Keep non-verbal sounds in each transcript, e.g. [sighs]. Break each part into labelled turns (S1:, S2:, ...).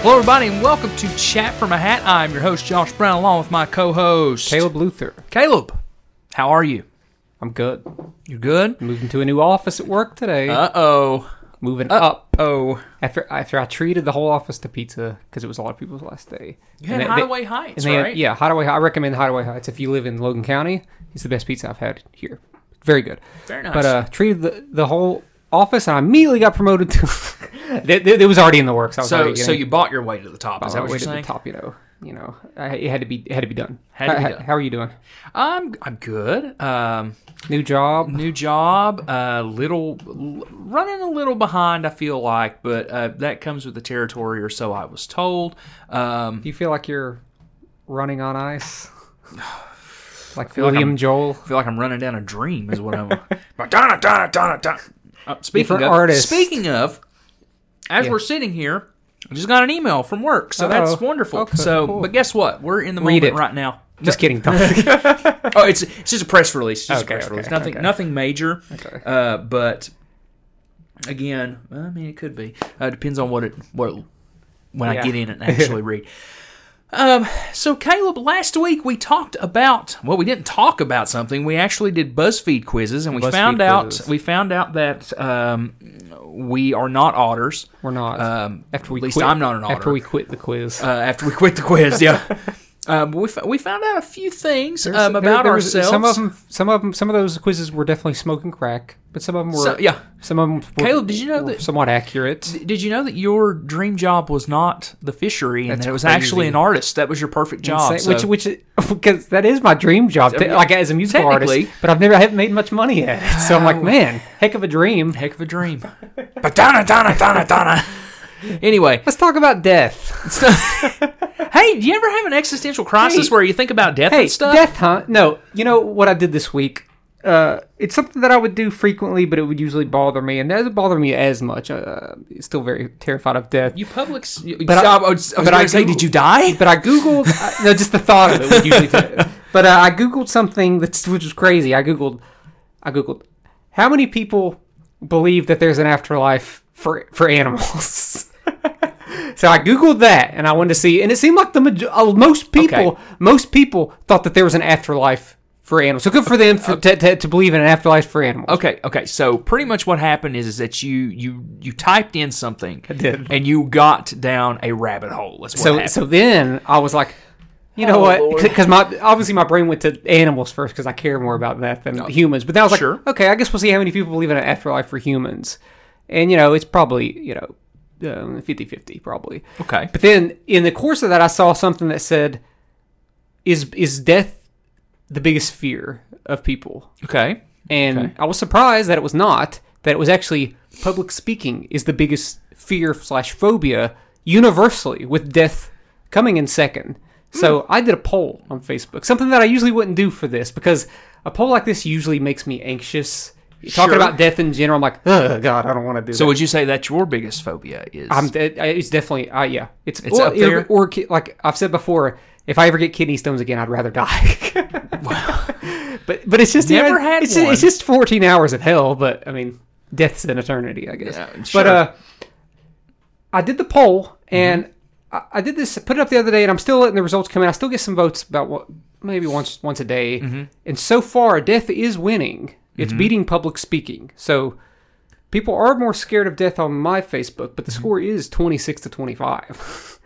S1: Hello, everybody, and welcome to Chat from a Hat. I'm your host, Josh Brown, along with my co host,
S2: Caleb Luther.
S1: Caleb, how are you?
S2: I'm good.
S1: You good?
S2: Moving to a new office at work today.
S1: Uh oh.
S2: Moving up
S1: Up oh.
S2: after after I treated the whole office to pizza because it was a lot of people's last day.
S1: You had
S2: they-
S1: Hideaway
S2: they-
S1: Heights,
S2: and they had-
S1: right?
S2: Yeah, Hideaway. Hi- I recommend Hideaway Heights if you live in Logan County. It's the best pizza I've had here. Very good.
S1: Very nice.
S2: But uh, treated the, the whole office, and I immediately got promoted to. [laughs] it, it- it was already in the works. I was
S1: So,
S2: already
S1: so
S2: getting-
S1: you bought your way to the top. Is that what
S2: way
S1: you're
S2: to the
S1: saying?
S2: top, you know, you know, I, it had to be it had to be done.
S1: Had to be
S2: how,
S1: done.
S2: how are you doing?
S1: I'm I'm good. Um,
S2: New job.
S1: new job. A little l- running a little behind. I feel like, but uh, that comes with the territory, or so I was told. Um,
S2: Do you feel like you're running on
S1: [sighs]
S2: ice? Like William Joel.
S1: I feel like I'm running down a dream. Is what I'm. [laughs] Madonna, Donna, Donna, Donna. Uh, speaking
S2: Different
S1: of,
S2: artists.
S1: speaking of, as
S2: Yeah.
S1: we're sitting here, I just got an email from work, so that's
S2: Uh-oh.
S1: wonderful.
S2: Okay,
S1: so,
S2: cool.
S1: but guess what? We're in the
S2: Read
S1: moment
S2: it.
S1: right now.
S2: Just kidding. Don't.
S1: Oh, it's it's just a press release. Just
S2: Okay,
S1: a press
S2: okay,
S1: release. Nothing
S2: okay.
S1: nothing major.
S2: Okay.
S1: Uh, but again, I mean, it could be. Uh, depends on what it what it- when I
S2: Yeah.
S1: get in
S2: [laughs]
S1: and actually read. Um, so Caleb, last week we talked about well, we didn't talk about something. We actually did BuzzFeed quizzes, and we
S2: BuzzFeed
S1: found out
S2: quizzes.
S1: we found out that um, we are not otters.
S2: [laughs] We're not.
S1: Um,
S2: after we
S1: at least
S2: quit,
S1: I'm not an otter
S2: After we quit the quiz.
S1: uh, after we quit the quiz.
S2: [laughs]
S1: Yeah, um, we f- we found out a few things um,
S2: There's-
S1: about
S2: there- there was-
S1: ourselves.
S2: Some of them, some of them, some of those quizzes were definitely smoking crack, but some of them were.
S1: So- yeah.
S2: Some of them. Were,
S1: Caleb, did you know
S2: were
S1: that-
S2: Somewhat accurate.
S1: Did you know that your dream job was not the fishery, and
S2: That's
S1: that it was
S2: crazy.
S1: actually an artist? That was your perfect job.
S2: Say- Which,
S1: so-
S2: which, [laughs] because that is my dream job, te-
S1: yeah,
S2: like as a musical artist.
S1: technically-
S2: But I've never, I haven't made much money at it. [laughs] So I'm like, man, heck of a dream.
S1: heck of a
S2: [laughs]
S1: dream. but Donna, Donna, Donna, Donna. Anyway,
S2: Let's talk about death.
S1: so- [laughs] hey, do you ever have an existential crisis
S2: Hey.
S1: where you think about death
S2: Hey,
S1: and stuff?
S2: death hunt. No, you know what I did this week? Uh, it's something that I would do frequently, but it would usually bother me, and it doesn't bother me as much. Uh, still very terrified of death.
S1: You public.
S2: But I-
S1: I, was, I was
S2: but I
S1: gonna say,
S2: Googled-
S1: did you die?
S2: but I googled I- no, just the thought of it would usually. do- but uh, I googled something that's which was crazy. I googled, I googled, how many people believe that there's an afterlife for for animals. [laughs] So I googled that, and I wanted to see, and it seemed like the maj- uh, most people,
S1: Okay.
S2: most people thought that there was an afterlife for animals. So good for them for, to, to, to believe in an afterlife for animals.
S1: Okay, okay. So pretty much what happened is, is that you you you typed in something,
S2: did.
S1: and you got down a rabbit hole. That's what
S2: so
S1: happened.
S2: so then I was like, you know
S1: Oh,
S2: what?
S1: Lord.
S2: Because my obviously my brain went to animals first because I care more about that than humans. But then I was like,
S1: Oh, Sure.
S2: okay, I guess we'll see how many people believe in an afterlife for humans. And you know, it's probably you know. Um, 50-50 probably
S1: Okay.
S2: but then in the course of that i saw something that said is is death the biggest fear of people
S1: okay.
S2: and I was surprised that it was not. That it was actually public speaking is the biggest fear slash phobia universally, with death coming in second. So
S1: Hmm.
S2: I did a poll on Facebook, something that I usually wouldn't do for this because a poll like this usually makes me anxious. Talking
S1: Sure.
S2: about death in general, I'm like, oh god, I don't want to do
S1: So
S2: that.
S1: would you say that's your biggest phobia? Is
S2: I'm de- I- it's definitely uh, yeah, it's it's
S1: up there?
S2: or ki- like I've said before, if I ever get kidney stones again, I'd rather die. [laughs] but but it's just
S1: Never
S2: you know,
S1: had
S2: it's,
S1: one.
S2: it's just 14 hours of hell, but I mean, death's an eternity, I guess.
S1: Yeah,
S2: But
S1: sure.
S2: uh I did the poll and
S1: Mm-hmm.
S2: I, I did this put it up the other day and I'm still letting the results come in. I still get some votes about what maybe once once a day. And so far death is winning. It's beating public speaking. So people are more scared of death on my Facebook, but the score is 26 to 25.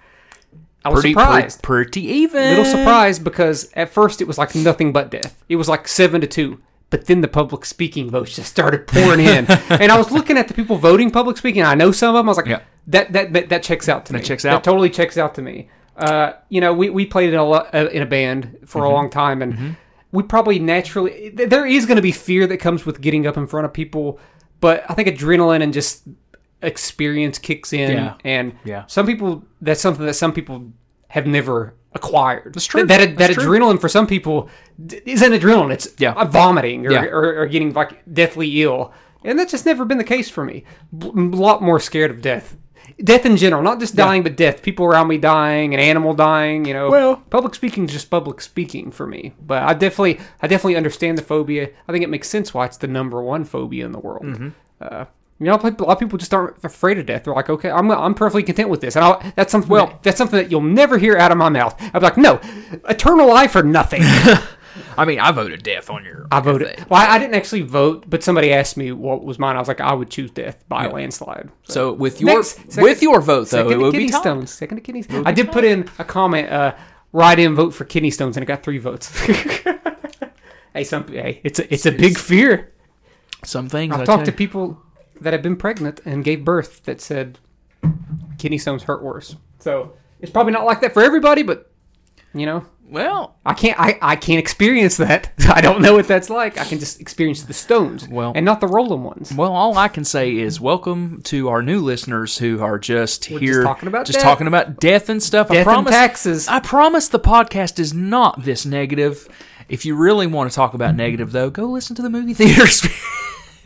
S2: [laughs] I was
S1: pretty
S2: surprised.
S1: pretty even.
S2: Little surprised because at first it was like nothing but death. It was like seven to two. But then the public speaking votes just started
S1: [laughs]
S2: pouring in, and I was looking at the people voting public speaking. and I know some of them. I was like,
S1: Yeah.
S2: that, that that that checks out to me.
S1: checks
S2: That
S1: out.
S2: totally checks out to me. Uh, you know, we, we played in a lo- uh, in a band for
S1: Mm-hmm.
S2: a long time, and we probably naturally th- there is going to be fear that comes with getting up in front of people, but I think adrenaline and just experience kicks in,
S1: Yeah.
S2: and
S1: Yeah.
S2: some people that's something that some people have never acquired. That's
S1: true.
S2: That that,
S1: That's true.
S2: adrenaline for some people d- isn't adrenaline. It's
S1: Yeah.
S2: uh, vomiting or,
S1: Yeah.
S2: or, or getting like deathly ill, and that's just never been the case for me. B- A lot more scared of death, death in general, not just dying, but death. People around me dying, an animal dying. You know,
S1: Well-
S2: public speaking is just public speaking for me. But I definitely, I definitely understand the phobia. I think it makes sense why it's the number one phobia in the world. Uh, You know, a lot of people just aren't afraid of death. They're like, okay, I'm, I'm perfectly content with this, and I'll, that's something. Well, that's something that you'll never hear out of my mouth. I'm like, no, eternal life or nothing.
S1: I mean, I voted death on your.
S2: I voted. Well, I, I didn't actually vote, but somebody asked me what was mine. I was like, I would choose death by a landslide.
S1: So with your
S2: Next, second-
S1: with your vote though,
S2: second
S1: it
S2: to
S1: would
S2: kidney
S1: be Tom.
S2: stones. Second to kidney stones. I did put in a comment. Uh, write in vote for kidney stones, and it got three votes. [laughs] hey, some hey, it's a, it's a big fear.
S1: Some things I
S2: I've talked
S1: tell
S2: to
S1: you-
S2: people that have been pregnant and gave birth that said kidney stones hurt worse. So it's probably not like that for everybody, but you know,
S1: Well,
S2: I can't I, I can't experience that. [laughs] I don't know what that's like. I can just experience the stones.
S1: Well-
S2: and not the rolling ones.
S1: well, all I can say is welcome to our new listeners who are just here
S2: talking about
S1: just
S2: death.
S1: talking about death and stuff.
S2: Death
S1: I
S2: and
S1: promise
S2: taxes.
S1: I promise the podcast is not this negative. If you really want to talk about negative though, go listen to the movie [laughs] theater experience.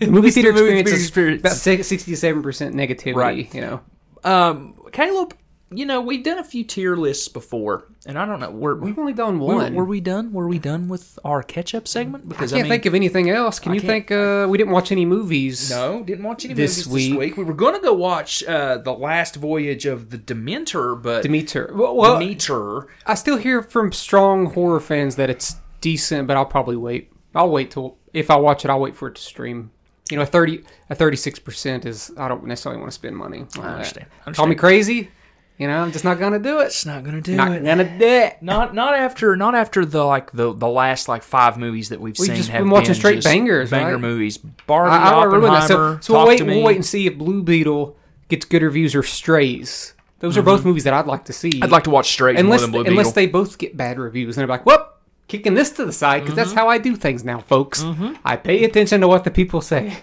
S2: The movie
S1: [laughs]
S2: theater
S1: the movie
S2: experience is
S1: theater experience.
S2: about sixty to seven percent negativity,
S1: Right.
S2: you know.
S1: Um, Caleb, you know, we've done a few tier lists before, and I don't know where
S2: We've only done
S1: Were-
S2: one.
S1: Were, we done? Were we done with our catch-up segment? Because I,
S2: can't
S1: mean,
S2: think of anything else. Can you
S1: can't-
S2: think uh, we didn't watch any movies?
S1: no, didn't watch any
S2: This
S1: movies this
S2: week.
S1: week. We were going to go watch uh, the Last Voyage of the Dementor, but
S2: Demeter. Well, well
S1: Demeter.
S2: I still hear from strong horror fans that it's decent, but I'll probably wait. I'll wait till if I watch it, I'll wait for it to stream. You know, a thirty a thirty six percent is I don't necessarily want to spend money. on that.
S1: understand. I
S2: Call me crazy. You know, I'm just not gonna do it.
S1: It's not going to do
S2: Not
S1: it.
S2: gonna do it.
S1: Not not after not after the like the the last like five movies that we've,
S2: We've
S1: seen.
S2: just
S1: have
S2: been watching straight
S1: just
S2: bangers,
S1: banger
S2: right?
S1: movies. Barbie,
S2: I, I don't ruin
S1: Oppenheimer.
S2: that. So, so
S1: Talk
S2: we'll wait.
S1: to me.
S2: We'll wait and see if Blue Beetle gets good reviews or Strays. Those are both movies that I'd like to see.
S1: Mm-hmm. I'd like to watch straight
S2: unless
S1: more than Blue
S2: unless
S1: Beetle.
S2: they both get bad reviews and they're like, "Whoop, kicking this to the side because
S1: Mm-hmm.
S2: that's how I do things now, folks. I pay attention to what the people say.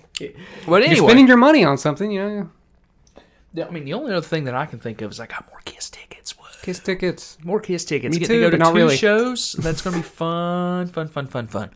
S1: but
S2: You're
S1: anyway,
S2: spending your money on something, you know.
S1: I mean, the only other thing that I can think of is I got more Kiss tickets. Woo.
S2: Kiss tickets.
S1: More Kiss tickets.
S2: Me
S1: Getting
S2: too,
S1: to go to
S2: but not
S1: two
S2: really.
S1: shows. That's going to be fun, fun, fun, fun, fun.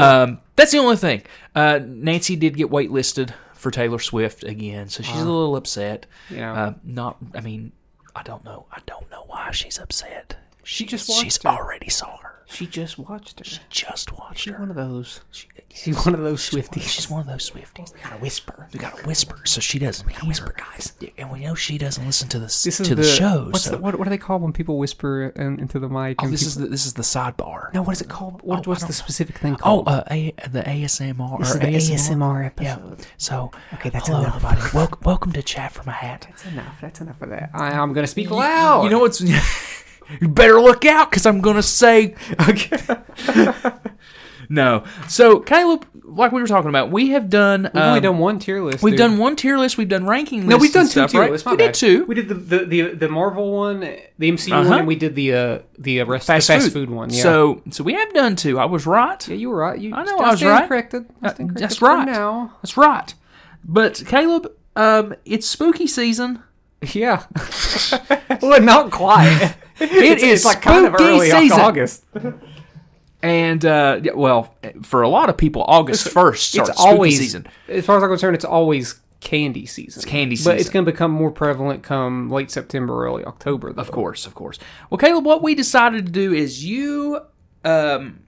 S1: Um, that's the only thing. Uh, Nancy did get waitlisted for Taylor Swift again, so she's a little upset.
S2: You know.
S1: Uh, not, I mean, I don't know. I don't know why she's upset. She
S2: just
S1: she's
S2: watched her.
S1: already saw her.
S2: She just watched it.
S1: Just watched
S2: She's
S1: her.
S2: one of those.
S1: She,
S2: She's one of those
S1: she's
S2: Swifties.
S1: one of those Swifties.
S2: Got to whisper.
S1: We gotta whisper so she doesn't hear. Whisper, guys, and we know she doesn't listen to the
S2: This is
S1: to the, show.
S2: What's
S1: so
S2: the, what, what do they call when people whisper in, into the mic?
S1: oh,
S2: and
S1: this
S2: people-
S1: is the, this is the sidebar.
S2: no. What is it called? What,
S1: I
S2: what's
S1: don't
S2: the specific thing
S1: Oh,
S2: called?
S1: uh, a, the ASMR.
S2: this
S1: or
S2: is the
S1: ASMR.
S2: ASMR
S1: Yeah.
S2: episode.
S1: So,
S2: Okay, that's
S1: hello
S2: enough.
S1: everybody. Welcome, welcome to chat from a hat.
S2: That's enough. That's enough of that. I, I'm gonna speak loud.
S1: You know what's? [laughs] you better look out because I'm gonna say. Okay. [laughs] no. So Caleb, like we were talking about, we have done. um,
S2: We've only done one tier list.
S1: We've
S2: dude.
S1: done one tier list. We've done ranking.
S2: No,
S1: lists
S2: we've done
S1: and
S2: two
S1: stuff,
S2: tier
S1: right?
S2: lists. My
S1: We
S2: bad.
S1: did two.
S2: We did the the the, the Marvel one, the MCU
S1: Uh-huh.
S2: one, and we did the uh the uh, rest fast, fast food. one. Yeah.
S1: So, so we have done two. I was right.
S2: yeah, you were right. You,
S1: I know I was
S2: stand
S1: right.
S2: Corrected. I stand
S1: Uh,
S2: corrected
S1: that's
S2: for
S1: right.
S2: Now,
S1: That's right. But Caleb, um, it's spooky season.
S2: [laughs] yeah. [laughs] well, not quite. [laughs]
S1: It is spooky season.
S2: August.
S1: And uh, yeah, well, for a lot of people, August first
S2: [laughs] It's
S1: starts spooky
S2: always
S1: season.
S2: As far as I'm concerned, it's always candy season. It's
S1: candy
S2: but it's
S1: season.
S2: going to become more prevalent come late September, early October. Though.
S1: Of course, of course. Well, Caleb, what we decided to do is you um,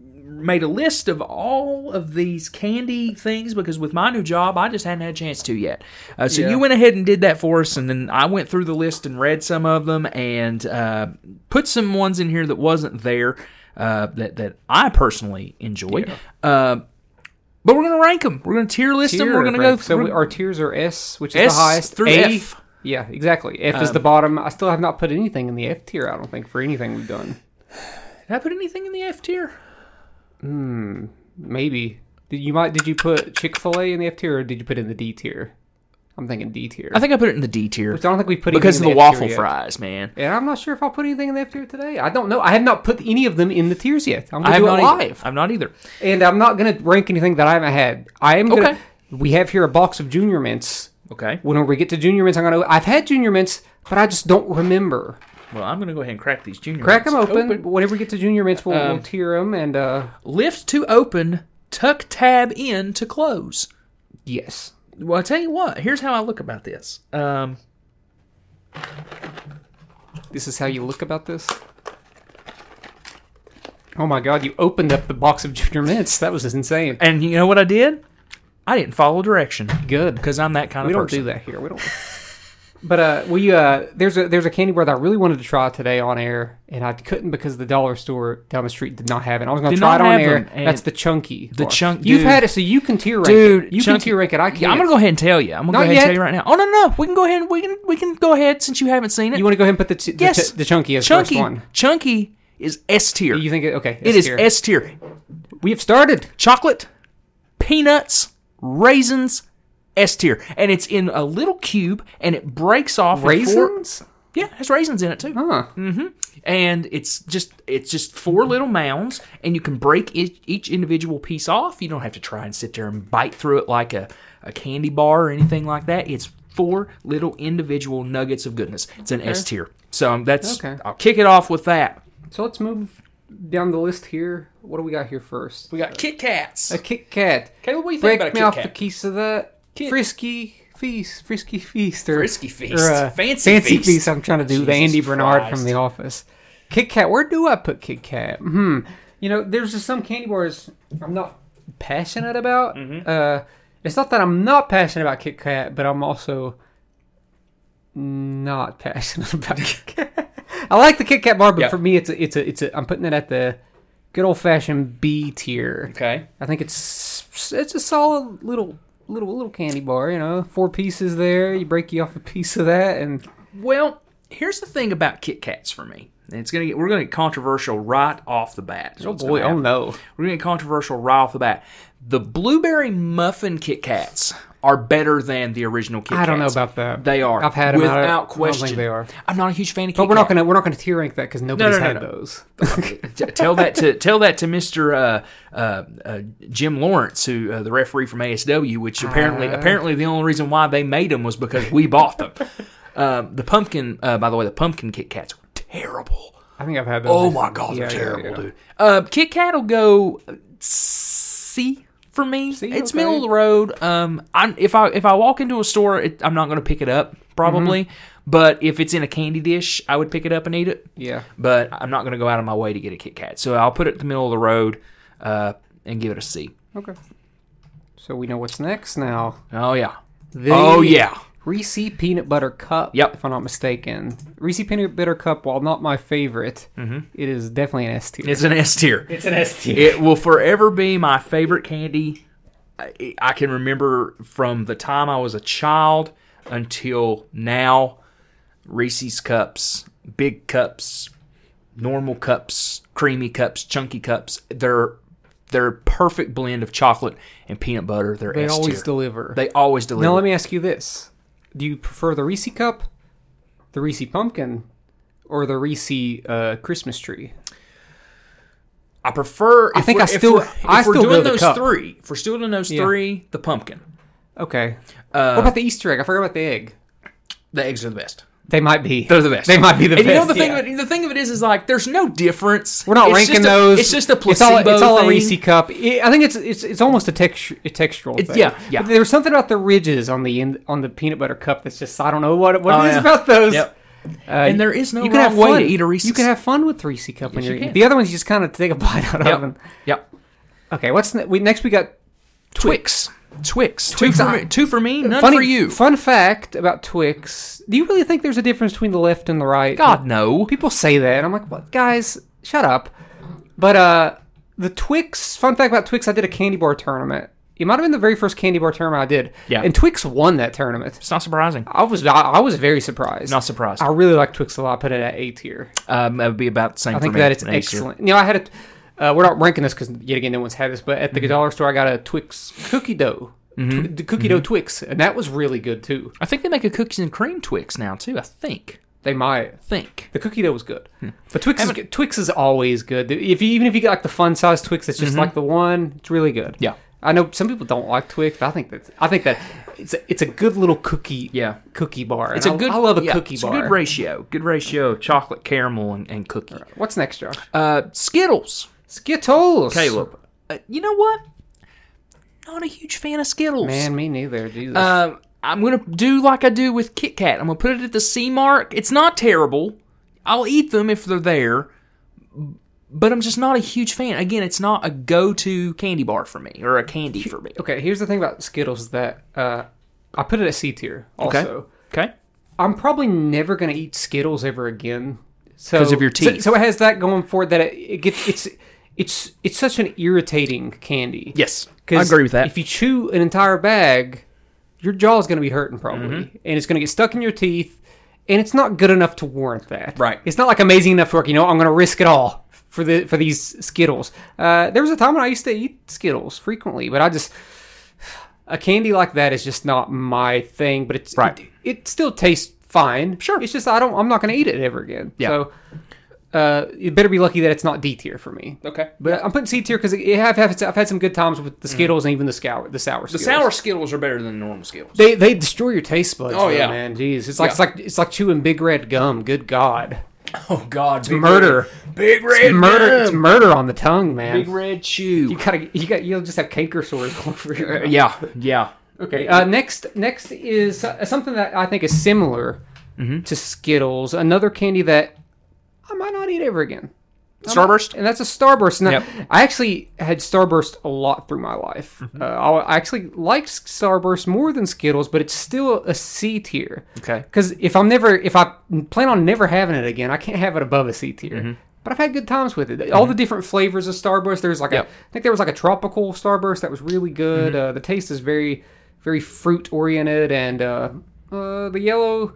S1: made a list of all of these candy things because with my new job, I just hadn't had a chance to yet. Uh, so
S2: Yeah.
S1: you went ahead and did that for us, and then I went through the list and read some of them and uh, put some ones in here that wasn't there uh, that that I personally enjoy. Uh, but we're gonna rank them. We're gonna tier list them. We're gonna go
S2: So
S1: through.
S2: we, our tiers are S, which is
S1: S
S2: the highest.
S1: through
S2: A,
S1: F. Um,
S2: Yeah, exactly. F is the bottom. I still have not put anything in the F tier. I don't think for anything we've done.
S1: Did I put anything in the F tier?
S2: Maybe did you might did you put Chick Fil A in the F tier or did you put it in the D tier? I'm thinking D tier.
S1: I think I put it in the D tier.
S2: Which I don't think we put
S1: because of the,
S2: anything in F tier
S1: waffle
S2: yet.
S1: fries, man.
S2: And I'm not sure if I'll put anything in the F tier today. I don't know. I have not put any of them in the tiers yet. I'm gonna do it
S1: not either.
S2: live,
S1: I'm not either.
S2: and I'm not gonna rank anything that I haven't had. I am gonna.
S1: Okay.
S2: We have here a box of Junior Mints.
S1: Okay.
S2: Whenever we get to Junior Mints, I'm gonna. I've had Junior Mints, but I just don't remember.
S1: Well, I'm gonna go ahead and crack these junior.
S2: Crack them
S1: mints
S2: open. Whenever we get to junior mints, we'll,
S1: Um,
S2: we'll tier them. And uh,
S1: Lift to open. Tuck tab in to close.
S2: yes,
S1: Well, I tell you what. Here's how I look about this. Um,
S2: this is how you look about this. Oh my God! You opened up the box of junior mints. That was just insane.
S1: and you know what I did? I didn't follow direction
S2: Good.
S1: because I'm that kind
S2: we
S1: of
S2: don't
S1: person.
S2: do that here. We don't. but uh, we uh, there's a there's a candy bar that I really wanted to try today on air, and I couldn't because the dollar store down the street did not have it. I was going
S1: Did
S2: to try
S1: not
S2: it on
S1: have
S2: air.
S1: them, and
S2: That's the chunky.
S1: the
S2: bar.
S1: chunk-
S2: You've
S1: dude.
S2: had it, so you can tear rank
S1: Dude,
S2: it. You
S1: chunky-
S2: can tear rank it. I can't.
S1: Yeah, I'm gonna go ahead and tell you. I'm gonna
S2: Not
S1: go ahead
S2: yet.
S1: and tell you right now. Oh no, no, we can go ahead. And, we can we can go ahead since you haven't seen it.
S2: You want to go ahead and put the t- the,
S1: yes,
S2: ch- the chunky as
S1: chunky.
S2: first one.
S1: Chunky is S tier.
S2: You think it? Okay,
S1: It
S2: it's
S1: is
S2: here.
S1: S tier.
S2: We have started.
S1: Chocolate, peanuts, raisins, S tier, and it's in a little cube, and it breaks off in four-
S2: Raisins?
S1: Yeah, it has raisins in it too.
S2: Huh.
S1: and it's just it's just four little mounds and you can break each, each individual piece off you don't have to try and sit there and bite through it like a, a candy bar or anything like that it's four little individual nuggets of goodness it's an s tier so um, that's
S2: Okay.
S1: i'll kick it off with that
S2: So let's move down the list here. What do we got here first?
S1: we got kit kats
S2: A Kit Kat.
S1: Caleb, what do you think
S2: Break
S1: about a
S2: me
S1: Kit
S2: off
S1: Kat?
S2: a piece of that
S1: Kit-
S2: frisky feast, frisky feast, or
S1: Frisky Feast.
S2: or, uh,
S1: Fancy Feast.
S2: I'm trying to do the
S1: Jesus
S2: Andy Bernard
S1: Christ.
S2: from The Office. Kit Kat. Where do I put Kit Kat? Hmm. You know, there's just some candy bars I'm not passionate about.
S1: Mm-hmm.
S2: Uh, it's not that I'm not passionate about Kit Kat, but I'm also not passionate [laughs] about Kit Kat. I like the Kit Kat bar, but
S1: Yeah.
S2: for me, it's a, it's a, it's a. I'm putting it at the good old fashioned B tier.
S1: okay
S2: I think it's it's a solid little little little candy bar. You know, four pieces there. You break you off a piece of that, and
S1: well here's the thing about kit kats for me and it's gonna get we're gonna get controversial right off the bat is
S2: oh
S1: what's gonna
S2: boy, oh
S1: happen.
S2: no,
S1: We're gonna get controversial right off the bat. The blueberry muffin Kit Kats are better than the original Kit Kats.
S2: I don't know about that.
S1: They are.
S2: I've had 'em. I
S1: without
S2: don't- I don't think
S1: question.
S2: they are.
S1: I'm not a huge fan of.
S2: but we're not gonna we're not gonna tier rank that because nobody's
S1: no,
S2: had
S1: no.
S2: those. [laughs]
S1: gonna tell that to tell that to Mister uh, uh, uh, Jim Lawrence, who uh, the referee from ASW, which
S2: Uh-huh.
S1: apparently apparently the only reason why they made them was because we bought
S2: [laughs]
S1: them. um, the pumpkin, uh, by the way, the pumpkin Kit Kats were terrible.
S2: I think I've had those.
S1: Oh my god,
S2: Yeah,
S1: they're
S2: yeah,
S1: terrible,
S2: yeah.
S1: dude. Uh, Kit Kat will go uh, C for me. it's
S2: okay.
S1: middle of the road. Um, I'm, if I if I walk into a store, it, I'm not going to pick it up probably.
S2: Mm-hmm.
S1: But if it's in a candy dish, I would pick it up and eat it.
S2: Yeah.
S1: But I'm not going to go out of my way to get a Kit Kat, so I'll put it in the middle of the road uh, and give it a C.
S2: Okay. So we know what's next now.
S1: Oh yeah.
S2: The
S1: Oh yeah.
S2: Reese peanut butter cup.
S1: Yep.
S2: If I'm not mistaken, Reese peanut butter cup. While not my favorite, it is definitely an S tier.
S1: It's an Mm-hmm. S tier.
S2: It's an S tier.
S1: It will forever be my favorite candy. I, I can remember from the time I was a child until now. Reese's cups, big cups, normal cups, creamy cups, chunky cups. They're they're a perfect blend of chocolate and peanut butter. They're
S2: They
S1: S
S2: always
S1: tier.
S2: deliver.
S1: They always deliver.
S2: Now let me ask you this: Do you prefer the Reese cup, the Reese pumpkin, or the Reese uh, Christmas tree?
S1: I prefer. I
S2: think I still-
S1: If we're, if
S2: I
S1: we're
S2: still go
S1: doing
S2: the
S1: those
S2: cup.
S1: three, if we're still doing those
S2: Yeah.
S1: three, the pumpkin,
S2: Okay.
S1: Uh,
S2: what about the Easter egg? I forgot about the egg.
S1: the eggs are the best.
S2: They might be.
S1: They're the best.
S2: They might be the
S1: and
S2: best.
S1: You know the thing.
S2: yeah.
S1: of it- the thing of it is, is like there's no difference.
S2: We're not
S1: It's
S2: ranking
S1: just a-
S2: those.
S1: It's just a
S2: It's all,
S1: placebo.
S2: it's all a
S1: thing.
S2: Reese cup. It- I think it's it's it's almost a, textu- a textural thing.
S1: yeah, yeah.
S2: But there was something about the ridges on the end, on the peanut butter cup that's just I don't know what what
S1: Oh,
S2: it is
S1: yeah.
S2: about those.
S1: Yep.
S2: Uh,
S1: And there is no
S2: you can
S1: wrong
S2: have
S1: way
S2: fun.
S1: to eat a Reese's.
S2: You can have fun with Reese cup when
S1: Yes,
S2: you're
S1: you
S2: eating.
S1: can.
S2: The other ones you just kind of take a bite out of.
S1: Yep.
S2: And,
S1: Yep.
S2: Okay, what's ne- we next? We got
S1: Twix. Twix.
S2: Twix,
S1: two, for
S2: I-
S1: me, two for me, none
S2: funny,
S1: for you.
S2: Fun fact about Twix: Do you really think there's a difference between the left and the right?
S1: God no.
S2: people say that, and I'm like, what? Guys, shut up. But uh, the Twix. Fun fact about Twix: I did a candy bar tournament. It might have been the very first candy bar tournament I did.
S1: Yeah.
S2: And Twix won that tournament.
S1: It's not surprising.
S2: I was I, I was very surprised.
S1: Not surprised.
S2: I really like Twix a lot. I put it at A tier.
S1: Um, that would be about the same.
S2: I think
S1: for me.
S2: that it's
S1: An A tier.
S2: excellent. You know, I had a. Uh, we're not ranking this because yet again no one's had this, but at
S1: Mm-hmm.
S2: the dollar store I got a Twix cookie dough, Twi- the cookie
S1: Mm-hmm.
S2: dough Twix, and that was really good too.
S1: I think they make a cookies and cream Twix now too. I think.
S2: They might.
S1: Think.
S2: The cookie dough was good,
S1: Hmm.
S2: but Twix is, good- Twix is always good. If you, even if you get like the fun size Twix, that's just like the one. It's really good.
S1: Mm-hmm. Yeah.
S2: I know some people don't like Twix, but I think that I think that it's a, it's a good little cookie
S1: Yeah.
S2: cookie bar.
S1: It's
S2: and
S1: a good.
S2: I, I love a
S1: yeah,
S2: cookie
S1: it's
S2: bar.
S1: A good ratio. Good ratio of chocolate, caramel, and, and cookie.
S2: What's next, Josh?
S1: Uh, Skittles.
S2: Skittles.
S1: Caleb. Uh, you know what? Not a huge fan of Skittles.
S2: Man, me neither. Jesus.
S1: Um, I'm gonna do like I do with Kit Kat. I'm gonna put it at the C mark. It's not terrible. I'll eat them if they're there, but I'm just not a huge fan. Again, it's not a go-to candy bar for me or a candy for me.
S2: Okay, here's the thing about Skittles is that uh, I put it at C tier. Also,
S1: Okay.
S2: I'm probably never gonna eat Skittles ever again. So
S1: 'Cause of your
S2: so-
S1: teeth.
S2: So, it has that going for it that it, it gets it's it's it's such an irritating candy.
S1: Yes,
S2: 'Cause
S1: I agree with that.
S2: If you chew an entire bag, your jaw's going to be hurting probably,
S1: Mm-hmm.
S2: and it's going to get stuck in your teeth, and it's not good enough to warrant that.
S1: Right.
S2: It's not like amazing enough to work. You know, I'm going to risk it all for the for these Skittles. Uh, there was a time when I used to eat Skittles frequently, but I just a candy like that is just not my thing. But it's
S1: Right.
S2: It, it still tastes fine.
S1: Sure.
S2: It's just I don't. I'm not going to eat it ever again.
S1: Yeah.
S2: So. Uh, you better be lucky that it's not D tier for me.
S1: okay.
S2: But I'm putting C tier because I've, have I've had some good times with the Skittles and even the scour, the sour.
S1: Mm. The sour Skittles are better than the normal Skittles.
S2: They they destroy your taste buds.
S1: Oh,
S2: Oh
S1: yeah.
S2: yeah, man, jeez, it's like it's
S1: Yeah.
S2: like it's like chewing big red gum. Good God,
S1: [laughs] Oh God, big
S2: murder.
S1: red- big red,
S2: murder! It's
S1: gum.
S2: murder on the tongue, man.
S1: big red chew.
S2: You gotta you got you'll just have canker sores all over your. mouth.
S1: Uh, yeah, yeah.
S2: Okay. Uh, next next is uh, something that I think is similar
S1: Mm-hmm.
S2: to Skittles. Another candy that I might not eat ever again.
S1: Starburst.
S2: and that's a starburst. Now,
S1: Yep.
S2: I actually had starburst a lot through my life.
S1: Mm-hmm.
S2: Uh, I I actually liked starburst more than Skittles, but it's still a C tier.
S1: Okay.
S2: Because if I'm never, if I plan on never having it again, I can't have it above a C tier.
S1: Mm-hmm.
S2: But I've had good times with it. All the different flavors of starburst. There's like
S1: Yep. Mm-hmm.
S2: a, I think there was like a tropical starburst that was really good. Uh, the taste is very, very fruit oriented, and uh, uh, the yellow.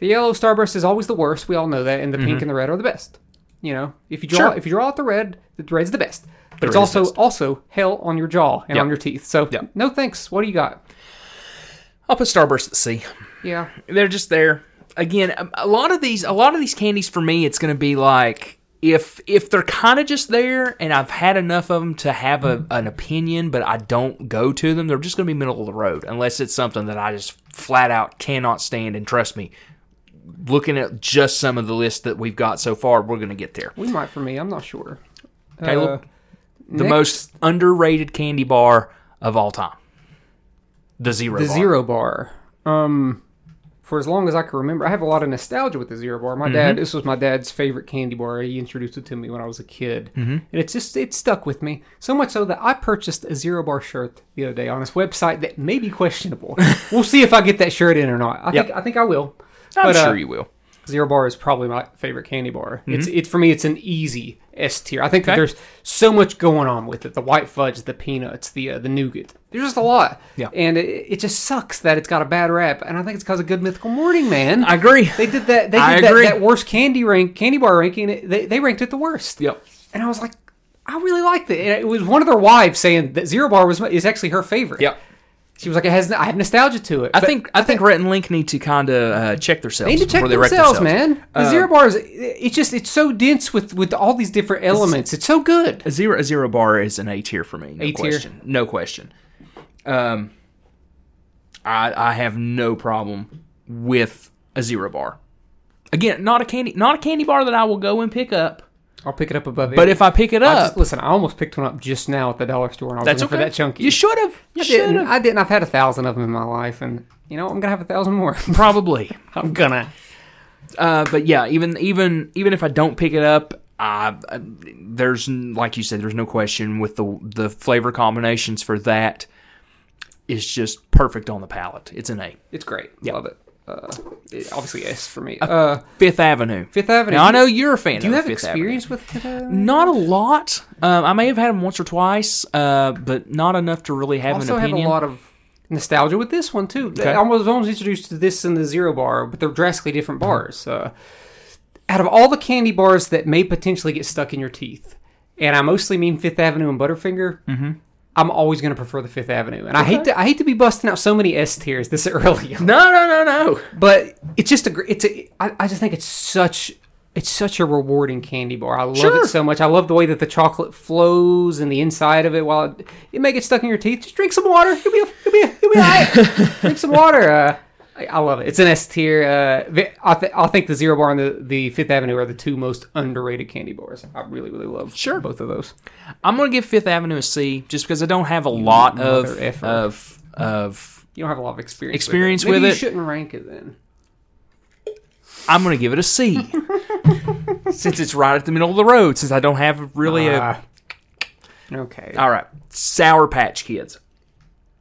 S2: The yellow starburst is always the worst. We all know that, and the pink and the red are the best. You know, if you draw
S1: Mm-hmm. Sure.
S2: if you draw out the red, the red's the best. But it's
S1: red is the
S2: also also hell on your jaw and
S1: Yep.
S2: on your teeth. So
S1: Yep.
S2: no thanks. What do you got?
S1: I'll put Starburst at C.
S2: Yeah,
S1: They're just there. Again, a- a lot of these, a lot of these candies for me, it's going to be like if if they're kind of just there, and I've had enough of them to have a, an opinion, but I don't go to them. They're just going to be middle of the road, unless it's something that I just flat out cannot stand. And trust me, looking at just some of the list that we've got so far, we're going to get there.
S2: we might for me. I'm not sure.
S1: Caleb?
S2: Uh,
S1: the
S2: Next-
S1: most underrated candy bar of all time. The zero.
S2: the
S1: bar.
S2: zero bar. Um, for as long as I can remember, I have a lot of nostalgia with the zero bar. My dad,
S1: Mm-hmm.
S2: this was my dad's favorite candy bar. He introduced it to me when I was a kid,
S1: Mm-hmm.
S2: and it's just it stuck with me so much so that I purchased a zero bar shirt the other day on his website that may
S1: [laughs]
S2: be questionable. we'll see if I get that shirt in or not. I think I think I will.
S1: I'm
S2: But, uh,
S1: sure you will.
S2: Zero Bar is probably my favorite candy bar.
S1: Mm-hmm.
S2: It's it for me. It's an easy S tier. I think that there's so much going on with it: the white fudge, the peanuts, the uh, the nougat. There's just a lot.
S1: Yeah.
S2: and it, it just sucks that it's got a bad rap. And I think it's because of Good Mythical Morning, man.
S1: I agree.
S2: they did that. They
S1: I
S2: did that,
S1: agree.
S2: that worst candy rank candy bar ranking. it- They they ranked it the worst.
S1: Yep.
S2: And I was like, I really liked it. And it was one of their wives saying that Zero Bar was is actually her favorite.
S1: Yep.
S2: She was like, it has. I have nostalgia to it.
S1: I think I think Rhett and Link need to kind of uh, check themselves.
S2: They need to check
S1: before they wreck
S2: themselves, Uh, man. The zero bar is it's just it's so dense with with all these different elements. It's so good.
S1: A zero a zero bar is an A tier for me. No
S2: A tier.
S1: question. No question. Um, I I have no problem with a zero bar. Again, not a candy not a candy bar that I will go and pick up.
S2: I'll pick it up above.
S1: But if I pick it
S2: I
S1: up,
S2: just, listen, I almost picked one up just now at the dollar store, and I was
S1: that's
S2: looking
S1: okay.
S2: for that chunky.
S1: You should have. You
S2: I
S1: should
S2: didn't.
S1: have.
S2: I didn't. I've had a thousand of them in my life, and you know I'm gonna have a thousand more. [laughs]
S1: Probably.
S2: I'm gonna.
S1: Uh, but yeah, even even even if I don't pick it up, I, I- there's n- like you said, there's no question with the the flavor combinations for that is just perfect on the palate. It's an A.
S2: It's great. Love it. Uh, it- Obviously, S for me. Uh,
S1: Fifth Avenue.
S2: Fifth Avenue.
S1: Now I know you're a fan.
S2: Do you
S1: of
S2: have
S1: Fifth
S2: experience with uh, Fifth Avenue?
S1: Avenue. Not a lot. Um, I may have had them once or twice, uh, but not enough to really have
S2: also
S1: an
S2: have a
S1: opinion.
S2: lot of nostalgia with this one too.
S1: Okay.
S2: I was almost introduced to this in the Zero Bar, but they're drastically different bars.
S1: Mm-hmm.
S2: Uh, out of all the candy bars that may potentially get stuck in your teeth, and I mostly mean Fifth Avenue and Butterfinger.
S1: Mm-hmm.
S2: I'm always going to prefer the Fifth Avenue, and I hate to I hate to be busting out so many S tiers this [laughs] early,
S1: no, no, no, no.
S2: but it's just a gr- it's a I, I just think it's such it's such a rewarding candy bar. I love
S1: Sure.
S2: it so much. I love the way that the chocolate flows in the inside of it while it, it may get stuck in your teeth. Just drink some water. You'll be you'll be you'll be all [laughs] right. drink some water. Uh, I, I love it. It's an S tier. Uh, vi- I, th- I think the Zero Bar and the, the Fifth Avenue are the two most underrated candy bars. I really really love sure both of those.
S1: I'm gonna give Fifth Avenue a C just because I don't have a lot
S2: mother
S1: of
S2: effer.
S1: of of
S2: You don't have a lot of experience.
S1: Experience
S2: with it.
S1: with
S2: Maybe
S1: it.
S2: You shouldn't rank it then. [laughs]
S1: I'm going to give it a C. since it's right at the middle of the road, since I don't have really a.
S2: Ah. okay.
S1: All right, Sour Patch Kids.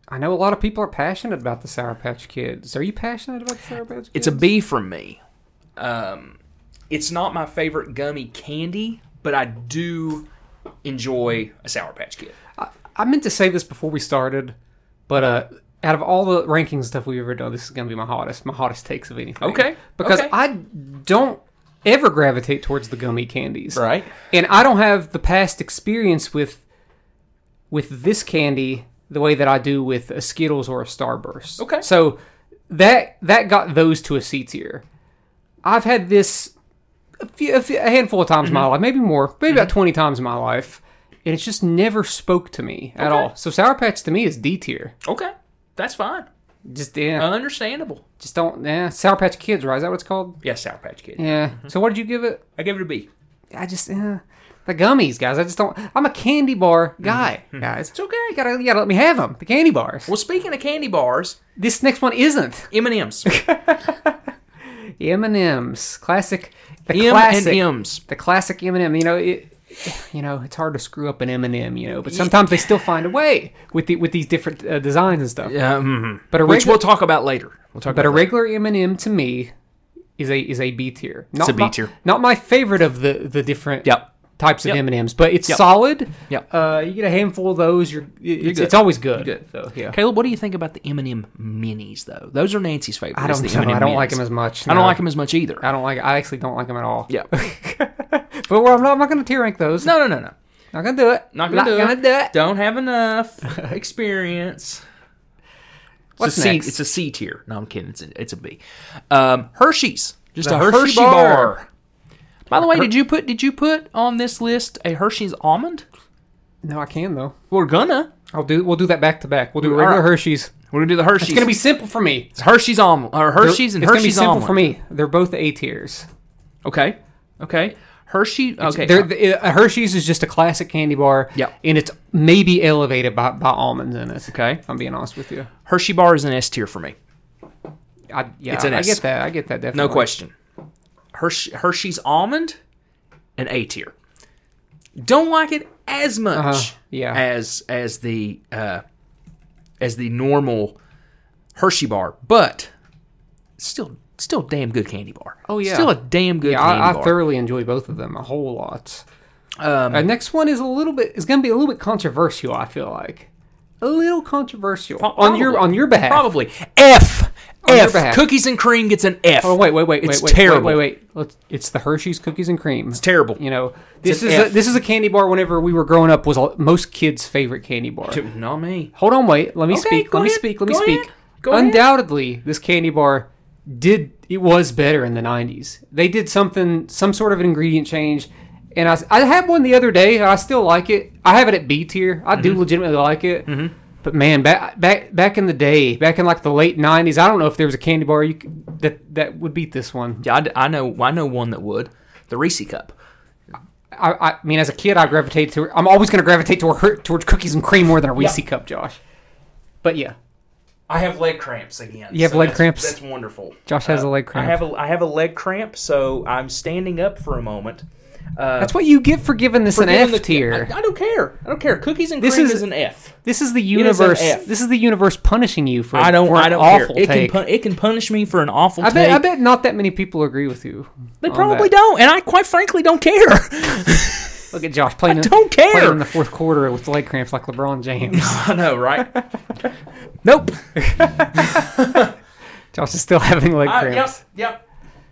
S2: I know a lot of people are passionate about the Sour Patch Kids. Are you passionate about the Sour Patch Kids?
S1: It's a B from me. Um, it's not my favorite gummy candy, but I do enjoy a Sour Patch Kid.
S2: I meant to say this before we started, but uh, out of all the rankings and stuff we've ever done, this is going to be my hottest, my hottest takes of anything.
S1: Okay,
S2: Because
S1: okay.
S2: I don't ever gravitate towards the gummy candies.
S1: Right.
S2: And I don't have the past experience with with this candy the way that I do with a Skittles or a Starburst.
S1: Okay.
S2: So that that got those to a C tier. I've had this a, few, a, few, a handful of times in my
S1: Mm-hmm.
S2: life, maybe more, maybe about 20 times in my life, and it's just never spoke to me at
S1: Okay.
S2: all. So Sour Patch to me is D tier.
S1: Okay, that's fine.
S2: Just yeah,
S1: Uh. Understandable.
S2: just don't yeah. Sour Patch Kids, right? Is that what it's called?
S1: Yeah, Sour Patch Kid.
S2: Yeah. So what did you give it?
S1: I give it a B.
S2: I just uh, the gummies, guys. I just don't. I'm a candy bar
S1: Mm-hmm.
S2: guy, guys. It's okay. You gotta you gotta let me have them. The candy bars.
S1: Well, speaking of candy bars,
S2: This next one isn't
S1: M and
S2: [laughs]
S1: M's.
S2: M and M's. Classic. The
S1: M and
S2: classic.
S1: M's.
S2: the classic M and M. You know, it, you know, it's hard to screw up an M and M. You know, but sometimes they still find a way with the, with these different uh, designs and stuff. But a
S1: Which
S2: Um, regular,
S1: we'll talk about later. We'll talk
S2: but a
S1: about
S2: regular M and M to me is a is a B tier. Not
S1: a B
S2: my-
S1: tier.
S2: Not my favorite of the the different.
S1: Yep.
S2: Types of
S1: Yep.
S2: M and M's, but it's
S1: Yep.
S2: solid.
S1: Yep.
S2: Uh, you get a handful of those. You're, it's,
S1: good.
S2: it's always good.
S1: You're good.
S2: So, yeah.
S1: Caleb, what do you think about the M and M minis though? Those are Nancy's favorite.
S2: I don't.
S1: is
S2: know.
S1: the
S2: I don't
S1: M&M
S2: like
S1: minis.
S2: them as much.
S1: I don't
S2: no.
S1: like them as much either.
S2: I don't like. I actually don't like them at all.
S1: Yeah.
S2: [laughs] But we're, I'm not, I'm not going to tier rank those.
S1: No, no, no, no.
S2: Not going to do it.
S1: Not gonna, do,
S2: Gonna
S1: it.
S2: do it.
S1: Don't have
S2: [laughs]
S1: enough experience.
S2: What's
S1: it's a C-
S2: next?
S1: It's a C tier. No, I'm kidding. It's a, it's a B. Um, Hershey's, just
S2: The
S1: a
S2: Hershey
S1: Hershey,
S2: bar.
S1: bar. By the way,
S2: Her-
S1: did you put did you put on this list a Hershey's almond?
S2: No, I can though.
S1: We're gonna
S2: I'll do. We'll do that back to back. We'll do
S1: All
S2: regular
S1: right.
S2: Hershey's.
S1: we're gonna do the Hershey's.
S2: It's gonna be simple for me.
S1: It's Hershey's almond or Hershey's and
S2: it's
S1: Hershey's
S2: gonna be simple
S1: almond.
S2: for me. They're both A tiers.
S1: Okay, okay. Hershey. Okay,
S2: They're, the- uh, Hershey's is just a classic candy bar.
S1: Yep.
S2: And it's maybe elevated by, by almonds in it.
S1: okay.
S2: If I'm being honest with you.
S1: Hershey bar is an S tier for me.
S2: I, yeah,
S1: It's an
S2: I
S1: S.
S2: get that. I get that definitely.
S1: No question. Hersh- Hershey's almond, an A tier. Don't like it as much
S2: Uh-huh. yeah.
S1: as as the uh, as the normal Hershey bar, but still still damn good candy bar.
S2: Oh, yeah.
S1: still a damn good
S2: Yeah,
S1: candy
S2: I, I
S1: bar.
S2: thoroughly enjoy both of them a whole lot.
S1: Um,
S2: Our next one is a little bit is going to be a little bit controversial. I feel like a little controversial on your
S1: Probably.
S2: on your behalf.
S1: probably F
S2: On your
S1: F
S2: behalf.
S1: cookies and cream gets an F.
S2: Oh wait, wait, wait,
S1: It's
S2: wait, wait,
S1: terrible.
S2: Wait, wait, wait. Let's, it's the Hershey's cookies and cream. It's
S1: terrible.
S2: You know, this
S1: an
S2: is a,
S1: F.
S2: this is a candy bar. Whenever we were growing up, was a, most kids' favorite candy bar.
S1: Not me.
S2: Hold on, wait. Let me
S1: Okay,
S2: speak.
S1: go
S2: Let me
S1: ahead,
S2: speak. Let me
S1: go
S2: speak.
S1: ahead, go ahead.
S2: Undoubtedly, this candy bar did it was better in the '90s. They did something, some sort of an ingredient change, and I I had one the other day. and I still like it. I have it at B tier. I
S1: Mm-hmm.
S2: do legitimately like it. But man, back back back in the day, back in like the late '90s, I don't know if there was a candy bar you could, that that would beat this one.
S1: Yeah, I d- I, know. I know one that would. The Reese cup.
S2: I, I mean, as a kid, I gravitated to. I'm always going to gravitate toward towards cookies and cream more than a Reese cup, Josh. But yeah,
S1: I have leg cramps again.
S2: You have leg
S1: that's-
S2: cramps?
S1: That's wonderful.
S2: Josh has a leg
S1: Uh, I
S2: cramp.
S1: have a I have a leg cramp, so I'm standing up for a moment. Uh,
S2: That's what you get for giving this
S1: forgiven
S2: an
S1: the-
S2: F tier.
S1: I, I don't care. I don't care. Cookies and
S2: This
S1: cream
S2: is-
S1: is, an F.
S2: This is the
S1: is an
S2: universe.
S1: F.
S2: This is the universe punishing you for.
S1: I don't.
S2: For an
S1: I don't
S2: awful
S1: care. It
S2: take.
S1: can pun- it can punish me for an awful
S2: I bet.
S1: take.
S2: I bet not that many people agree with you.
S1: they probably don't, and I quite frankly don't care. [laughs]
S2: don't. Look at Josh playing. in-
S1: don't care.
S2: Playing in the fourth quarter with leg cramps like LeBron
S1: [laughs]
S2: James.
S1: I know, right? [laughs] nope.
S2: Josh is still having leg
S1: I,
S2: cramps.
S1: yep. Yep.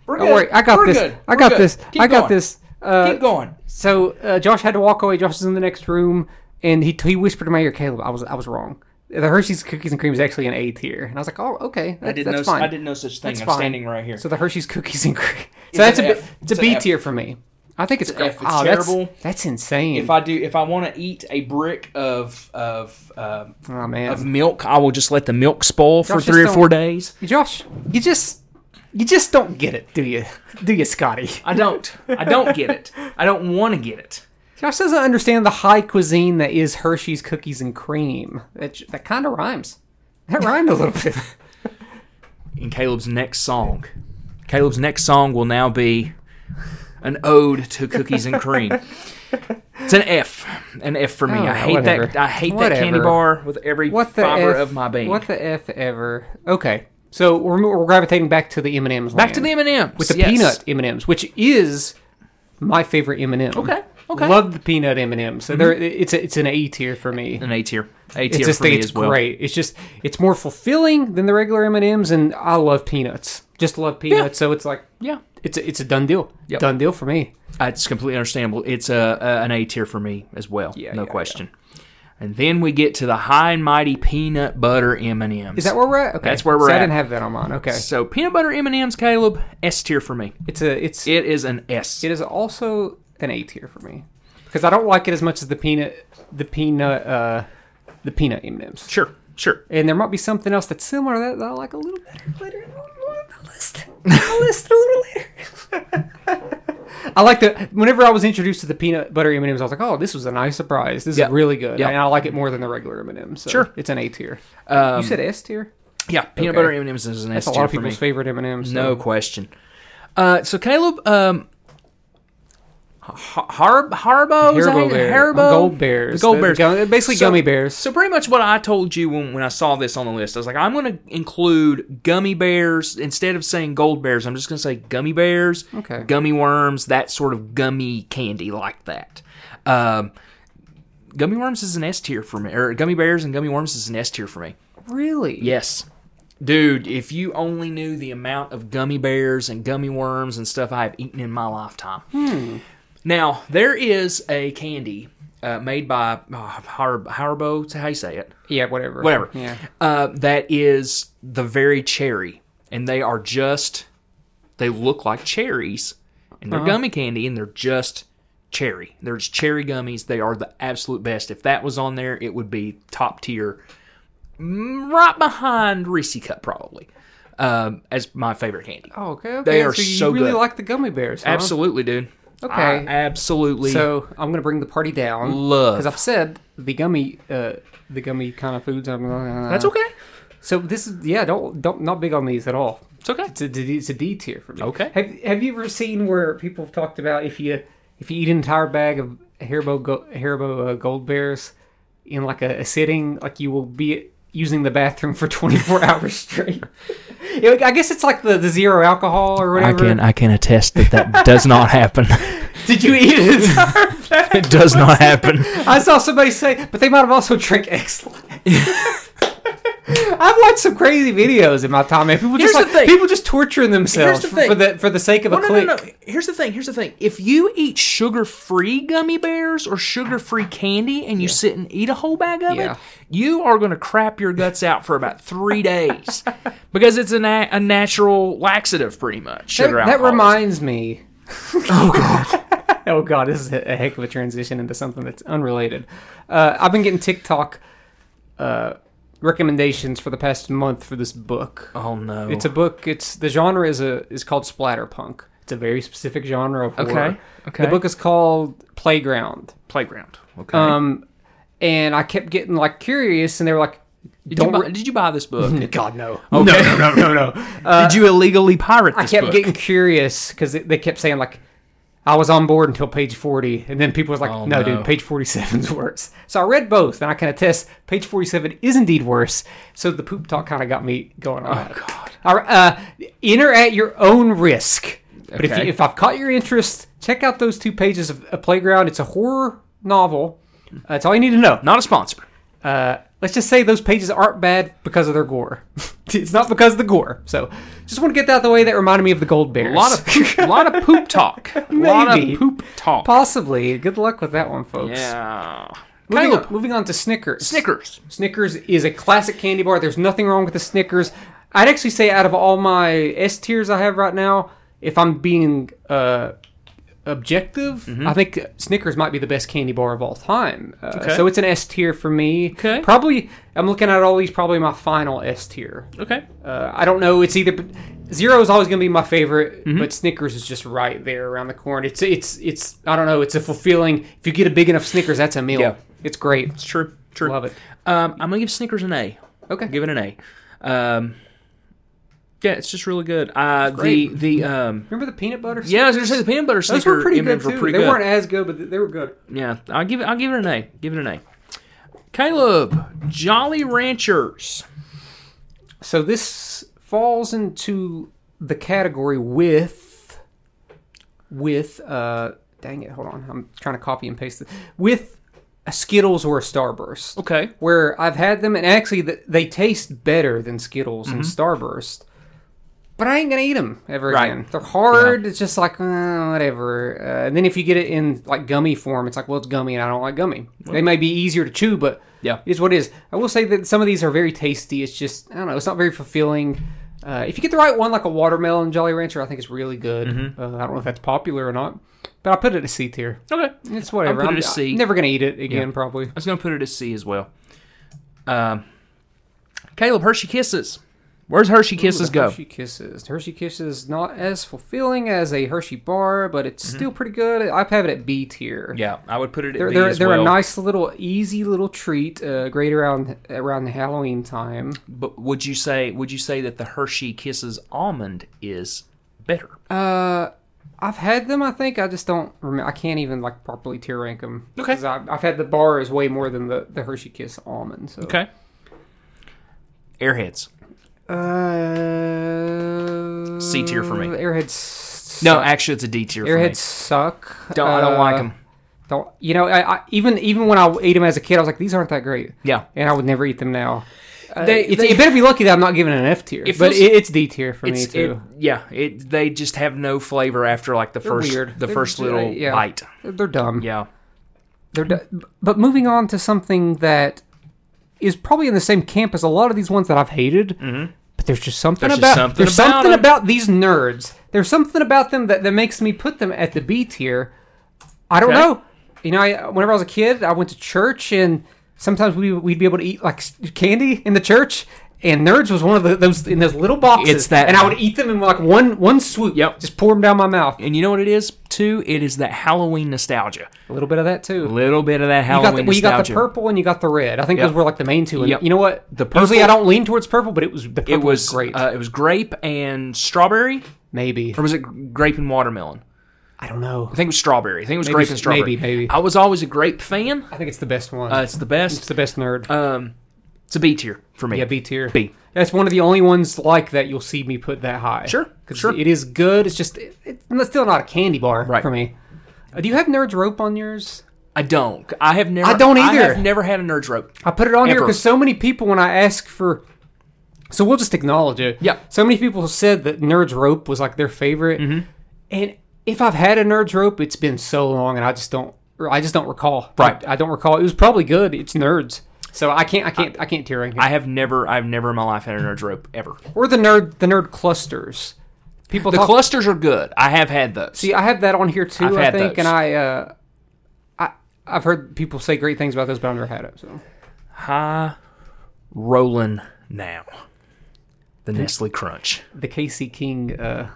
S1: We're
S2: Don't
S1: good.
S2: worry. I got
S1: We're
S2: this.
S1: good.
S2: I
S1: We're
S2: got
S1: good.
S2: this.
S1: Keep
S2: I got
S1: going.
S2: this. Uh,
S1: Keep going.
S2: So uh, Josh had to walk away. Josh is in the next room, and he he whispered to my ear, "Caleb, I was I was wrong. The Hershey's cookies and cream is actually an A tier." And I was like, "Oh, okay, that,
S1: I didn't
S2: that's
S1: know.
S2: fine."
S1: I didn't know such thing.
S2: That's
S1: I'm
S2: fine.
S1: standing right here.
S2: So the Hershey's cookies and cream. So
S1: It's
S2: that's a
S1: an
S2: bit.
S1: F.
S2: It's a
S1: It's an
S2: B
S1: F.
S2: tier for me. I think it's,
S1: It's an F. It's
S2: wow, that's-
S1: terrible.
S2: That's, insane.
S1: if I do, if I want to eat a brick of of um,
S2: oh man,
S1: of milk, I will just let the milk spoil for
S2: Josh,
S1: three or
S2: just
S1: four days.
S2: Josh, you just you just don't get it, do you? Do you, Scotty?
S1: I don't. I don't get it. I don't want to get it.
S2: Josh doesn't understand the high cuisine that is Hershey's cookies and cream. That j- that kind of rhymes. That rhymed a
S1: [laughs]
S2: little bit.
S1: In Caleb's next song, Caleb's next song will now be an ode to cookies and cream. It's an F, an F for me.
S2: Oh,
S1: I hate that.
S2: whatever.
S1: I hate that candy
S2: Whatever.
S1: bar with every
S2: What the
S1: fiber
S2: F,
S1: of my being.
S2: What the F ever? Okay. So we're, we're gravitating back to the M&M's.
S1: Back to the M and M's
S2: With the peanut M&M's, which is my favorite M&M.
S1: Okay, okay. Mm-hmm.
S2: Love the peanut M&M. So there, it's a, it's an A tier for me.
S1: an A tier. A
S2: It's
S1: tier
S2: just
S1: for me
S2: think it's
S1: as well.
S2: great. It's just it's more fulfilling than the regular M and M's, and I love peanuts. Just love peanuts. So it's like
S1: Yeah,
S2: it's a, it's a done deal.
S1: Yep.
S2: Done deal for me.
S1: it's completely understandable. It's a, a an A tier for me as well.
S2: Yeah,
S1: no
S2: yeah,
S1: question. And then we get to the high and mighty peanut butter M and M's.
S2: Is that where we're at? Okay,
S1: That's where we're
S2: So
S1: at.
S2: I didn't have that on mine. Okay,
S1: So peanut butter M and M's, Caleb, S tier for me.
S2: it's a it's
S1: It is an S.
S2: it is also an A tier for me because I don't like it as much as the peanut the peanut uh the peanut M and M's.
S1: sure, sure.
S2: And there might be something else that's similar to that, that I like a little better later on the list. I'll list a little later. [laughs] I like the whenever I was introduced to the peanut butter M and M's, I was like, "Oh, this was a nice surprise. This
S1: Yeah.
S2: is really good."
S1: Yeah.
S2: And I like it more than the regular M and M's. So
S1: Sure.
S2: it's an A tier.
S1: Um,
S2: you said S tier.
S1: yeah, peanut
S2: okay.
S1: butter M and M's is an
S2: That's
S1: S
S2: a
S1: tier
S2: lot of
S1: for me.
S2: people's favorite M and M's.
S1: No question. Uh, so Caleb, um, Har- Harbo, is that how
S2: Haribo
S1: you-
S2: bear,
S1: Haribo,
S2: gold bears,
S1: the gold
S2: They're
S1: bears,
S2: gum- basically
S1: So-
S2: gummy bears.
S1: So pretty much what I told you when, when I saw this on the list, I was like, I'm going to include gummy bears instead of saying gold bears. I'm just going to say gummy bears,
S2: Okay.
S1: gummy worms, that sort of gummy candy like that. Um, gummy worms is an S tier for me, or gummy bears and gummy worms is an S tier for me.
S2: really?
S1: Yes. Dude, if you only knew the amount of gummy bears and gummy worms and stuff I have eaten in my lifetime. Now, there is a candy uh, made by uh, Har- Haribo, is that how you say it?
S2: Yeah. Whatever.
S1: Whatever.
S2: Yeah.
S1: Uh, that is the very cherry. And they are just, they look like cherries. And they're
S2: Uh-huh.
S1: gummy candy and they're just cherry. They're just cherry gummies. They are the absolute best. If that was on there, it would be top tier Mm, right behind Reese Cup, probably, um, as my favorite candy.
S2: Oh, okay. Okay.
S1: They are
S2: so you
S1: so
S2: really
S1: good.
S2: like the gummy bears? huh?
S1: Absolutely, dude.
S2: Okay.
S1: I absolutely.
S2: So I'm gonna bring the party down.
S1: Love.
S2: because I've said the gummy, uh, the gummy kind of foods. I'm,
S1: that's okay.
S2: So this is yeah, don't don't not big on these at all.
S1: It's okay.
S2: It's a, D- it's a D tier for me.
S1: Okay.
S2: Have Have you ever seen where people have talked about if you if you eat an entire bag of Haribo go, Haribo uh, Gold Bears in like a, a sitting, like you will be using the bathroom for 24 [laughs] hours straight? Yeah, I guess it's like the, the zero alcohol or whatever.
S1: I can attest that that does not [laughs] happen.
S2: Did you eat
S1: [laughs]
S2: an entire bag?
S1: It does
S2: [laughs]
S1: not happen.
S2: I saw somebody say, but they might have also drank X.
S1: [laughs]
S2: I've watched some crazy videos in my time, man. People
S1: Here's
S2: just
S1: the thing.
S2: like, people just torturing themselves
S1: Here's the thing.
S2: for the for the sake of
S1: No,
S2: a
S1: no, no,
S2: click.
S1: no. Here's the thing. Here's the thing. If you eat sugar-free gummy bears or sugar-free candy, and you sit and eat a whole bag of
S2: Yeah.
S1: it, you are going to crap your guts out for about three days [laughs] because it's a, na- a natural laxative, pretty much.
S2: That,
S1: Sugar
S2: that
S1: alcohol is. [laughs]
S2: reminds me. Oh god. [laughs] oh god, this is a a heck of a transition into something that's unrelated. Uh, I've been getting TikTok uh, recommendations for the past month for this book.
S1: Oh no!
S2: It's a book. It's the genre is a is called splatterpunk. It's a very specific genre of horror.
S1: Okay, okay.
S2: The book is called Playground.
S1: playground. Okay.
S2: Um, and I kept getting like curious, and they were like,
S1: did,
S2: "Don't."
S1: you buy,
S2: re-
S1: did you buy this book? [laughs] Uh,
S2: God [laughs] no.
S1: No, no, no, no, no. did you illegally pirate
S2: I
S1: this
S2: kept
S1: book?
S2: getting curious because they kept saying like, "I was on board until page 40," and then people was like,
S1: Oh,
S2: no,
S1: no.
S2: dude, page 47's [laughs] worse." So I read both, and I can attest page 47 is indeed worse. So the poop talk kind of got me going on. that.
S1: Oh, God.
S2: All right, uh, enter at your own risk. But if,
S1: Okay.
S2: you, if I've caught your interest, check out those two pages of, of Playground. It's a horror novel. That's all you need to know.
S1: Not a sponsor.
S2: uh, let's just say those pages aren't bad because of their gore. [laughs] it's not because of the gore. So just want to get that out of the way. That reminded me of the gold bears.
S1: A lot [laughs] of poop, a lot of poop talk. A lot
S2: [laughs] Maybe.
S1: of poop talk.
S2: possibly. Good luck with that one, folks.
S1: yeah.
S2: Moving on,
S1: Caleb,
S2: moving on to Snickers.
S1: Snickers.
S2: Snickers is a classic candy bar. There's nothing wrong with the Snickers. I'd actually say out of all my S tiers I have right now, if I'm being uh, objective,
S1: Mm-hmm.
S2: I think Snickers might be the best candy bar of all time. Uh,
S1: Okay.
S2: So it's an S tier for me.
S1: Okay.
S2: Probably, I'm looking at all these. Probably my final S tier.
S1: Okay.
S2: Uh, I don't know. It's either zero is always going to be my favorite,
S1: Mm-hmm.
S2: but Snickers is just right there around the corner. It's it's it's I don't know. It's a fulfilling. If you get a big enough Snickers, that's a meal.
S1: Yeah.
S2: It's great.
S1: It's true. True.
S2: Love it.
S1: Um, I'm gonna give Snickers an A.
S2: Okay.
S1: Give it an A. Um, Yeah, it's just really good. Uh, the
S2: great.
S1: the um,
S2: Remember the peanut butter?
S1: yeah, I was gonna say the peanut butter sneaker
S2: those were pretty good
S1: image
S2: too.
S1: were pretty
S2: they
S1: good.
S2: weren't as good, but th- they were good.
S1: Yeah, I'll give it. I'll give it an A. Give it an A. Caleb, Jolly Ranchers.
S2: So this falls into the category with with uh dang it, hold on. I'm trying to copy and paste it. With a Skittles or a Starburst.
S1: Okay.
S2: Where I've had them and actually th- they taste better than Skittles and Starburst. But I ain't gonna eat them ever
S1: Mm-hmm. Right.
S2: again. They're hard. It's just like uh, whatever. Uh, and then if you get it in like gummy form, it's like well, it's gummy, and I don't like gummy. They may be easier to chew, but
S1: Yeah.
S2: it is what it is. I will say that some of these are very tasty. It's just I don't know. It's not very fulfilling. Uh, if you get the right one, like a watermelon Jolly Rancher, I think it's really good.
S1: Mm-hmm.
S2: Uh, I don't know if that's popular or not, but I put it a C tier.
S1: Okay. I
S2: It's whatever.
S1: I'll put
S2: I'm
S1: it a C.
S2: never gonna eat it again, probably.
S1: was gonna put it as C as well. Um, Caleb, Hershey Kisses. Where's Hershey Kisses
S2: The
S1: go?
S2: Hershey Kisses. Hershey Kisses not as fulfilling as a Hershey bar, but it's still pretty good. I have it at B tier.
S1: Mm-hmm. Yeah, I would put it at
S2: They're,
S1: B
S2: they're,
S1: as
S2: they're
S1: well.
S2: a nice little easy little treat, uh, great around around the Halloween time.
S1: but would you say would you say that the Hershey Kisses almond is better?
S2: Uh, I've had them. I think I just don't remember. I can't even like properly tier rank them.
S1: Okay.
S2: I've, I've had the bars way more than the, the Hershey Kiss almond. So.
S1: Okay. Airheads.
S2: Uh,
S1: C tier for me.
S2: Airheads.
S1: No,
S2: suck.
S1: actually, it's a D tier.
S2: Airheads suck.
S1: For me. Don't I don't like
S2: Uh,
S1: them.
S2: Don't you know? I, I even even when I ate them as a kid, I was like, these aren't that great.
S1: Yeah.
S2: And I would never eat them now. Uh,
S1: They-
S2: it's,
S1: they-
S2: you better be lucky that I'm not giving it an F tier,
S1: It
S2: but
S1: feels-
S2: it, it's D tier for me
S1: It's, it,
S2: too.
S1: yeah, it they just have no flavor after like the first
S2: weird.
S1: the
S2: They're
S1: first
S2: just-
S1: little
S2: uh, yeah.
S1: bite.
S2: They're dumb.
S1: Yeah.
S2: They're d- but moving on to something that is probably in the same camp as a lot of these ones that I've hated. Mm-hmm. But there's just something
S1: There's just
S2: about
S1: something
S2: there's
S1: about
S2: something
S1: 'em.
S2: about these nerds. There's something about them that, that makes me put them at the B tier. I don't
S1: Okay.
S2: know. You know, I, whenever I was a kid, I went to church, and sometimes we we'd be able to eat like s- candy in the church. And nerds was one of the, those in those little boxes.
S1: It's that-
S2: and I would eat them in like one one swoop.
S1: Yep.
S2: just pour them down my mouth.
S1: And you know what it is too? It is that Halloween nostalgia.
S2: A little bit of that too.
S1: A little bit of that
S2: You got, the,
S1: Halloween
S2: well, you got the
S1: nostalgia.
S2: purple and you got the red. I think
S1: Yep.
S2: those were like the main two. And
S1: Yep.
S2: you know what? The
S1: purple-
S2: Usually I don't lean towards purple, but it was the purple
S1: it was
S2: great.
S1: Uh, it was grape and strawberry,
S2: maybe
S1: or was it grape and watermelon?
S2: I don't know.
S1: I think it was strawberry. I think it was
S2: Maybe-
S1: grape and strawberry.
S2: maybe, maybe.
S1: I was always a grape fan.
S2: I think it's the best one.
S1: Uh, it's the
S2: it's
S1: best.
S2: the best nerd.
S1: Um, it's a B tier for me.
S2: yeah, B tier.
S1: B.
S2: That's one of the only ones like that you'll see me put that high.
S1: Sure,
S2: 'Cause
S1: sure.
S2: It is good. It's just it, it's still not a candy bar
S1: Right.
S2: for me. Uh, do you have nerds rope on yours?
S1: I don't. I have never.
S2: I don't
S1: I
S2: either.
S1: have never had a nerd's rope.
S2: I put it on here
S1: Ever.
S2: because so many people, when I ask for, so we'll just acknowledge it.
S1: Yeah.
S2: So many people said that Nerds Rope was like their favorite,
S1: Mm-hmm.
S2: and if I've had a Nerds Rope, it's been so long, and I just don't, or I just don't recall.
S1: Right.
S2: I, I don't recall. It was probably good. It's Nerds, so I can't, I can't, I, can't tear rank it.
S1: I have never. I've never in my life had a nerd's rope ever.
S2: Or the nerd, the nerd clusters. People
S1: The
S2: talk.
S1: clusters are good. I have had those.
S2: See, I have that on here too.
S1: I've
S2: I
S1: had
S2: think, and
S1: those.
S2: I, uh, I, I've heard people say great things about those, but I've never had it. So
S1: high rolling now. The Nestle Crunch.
S2: the Casey King uh,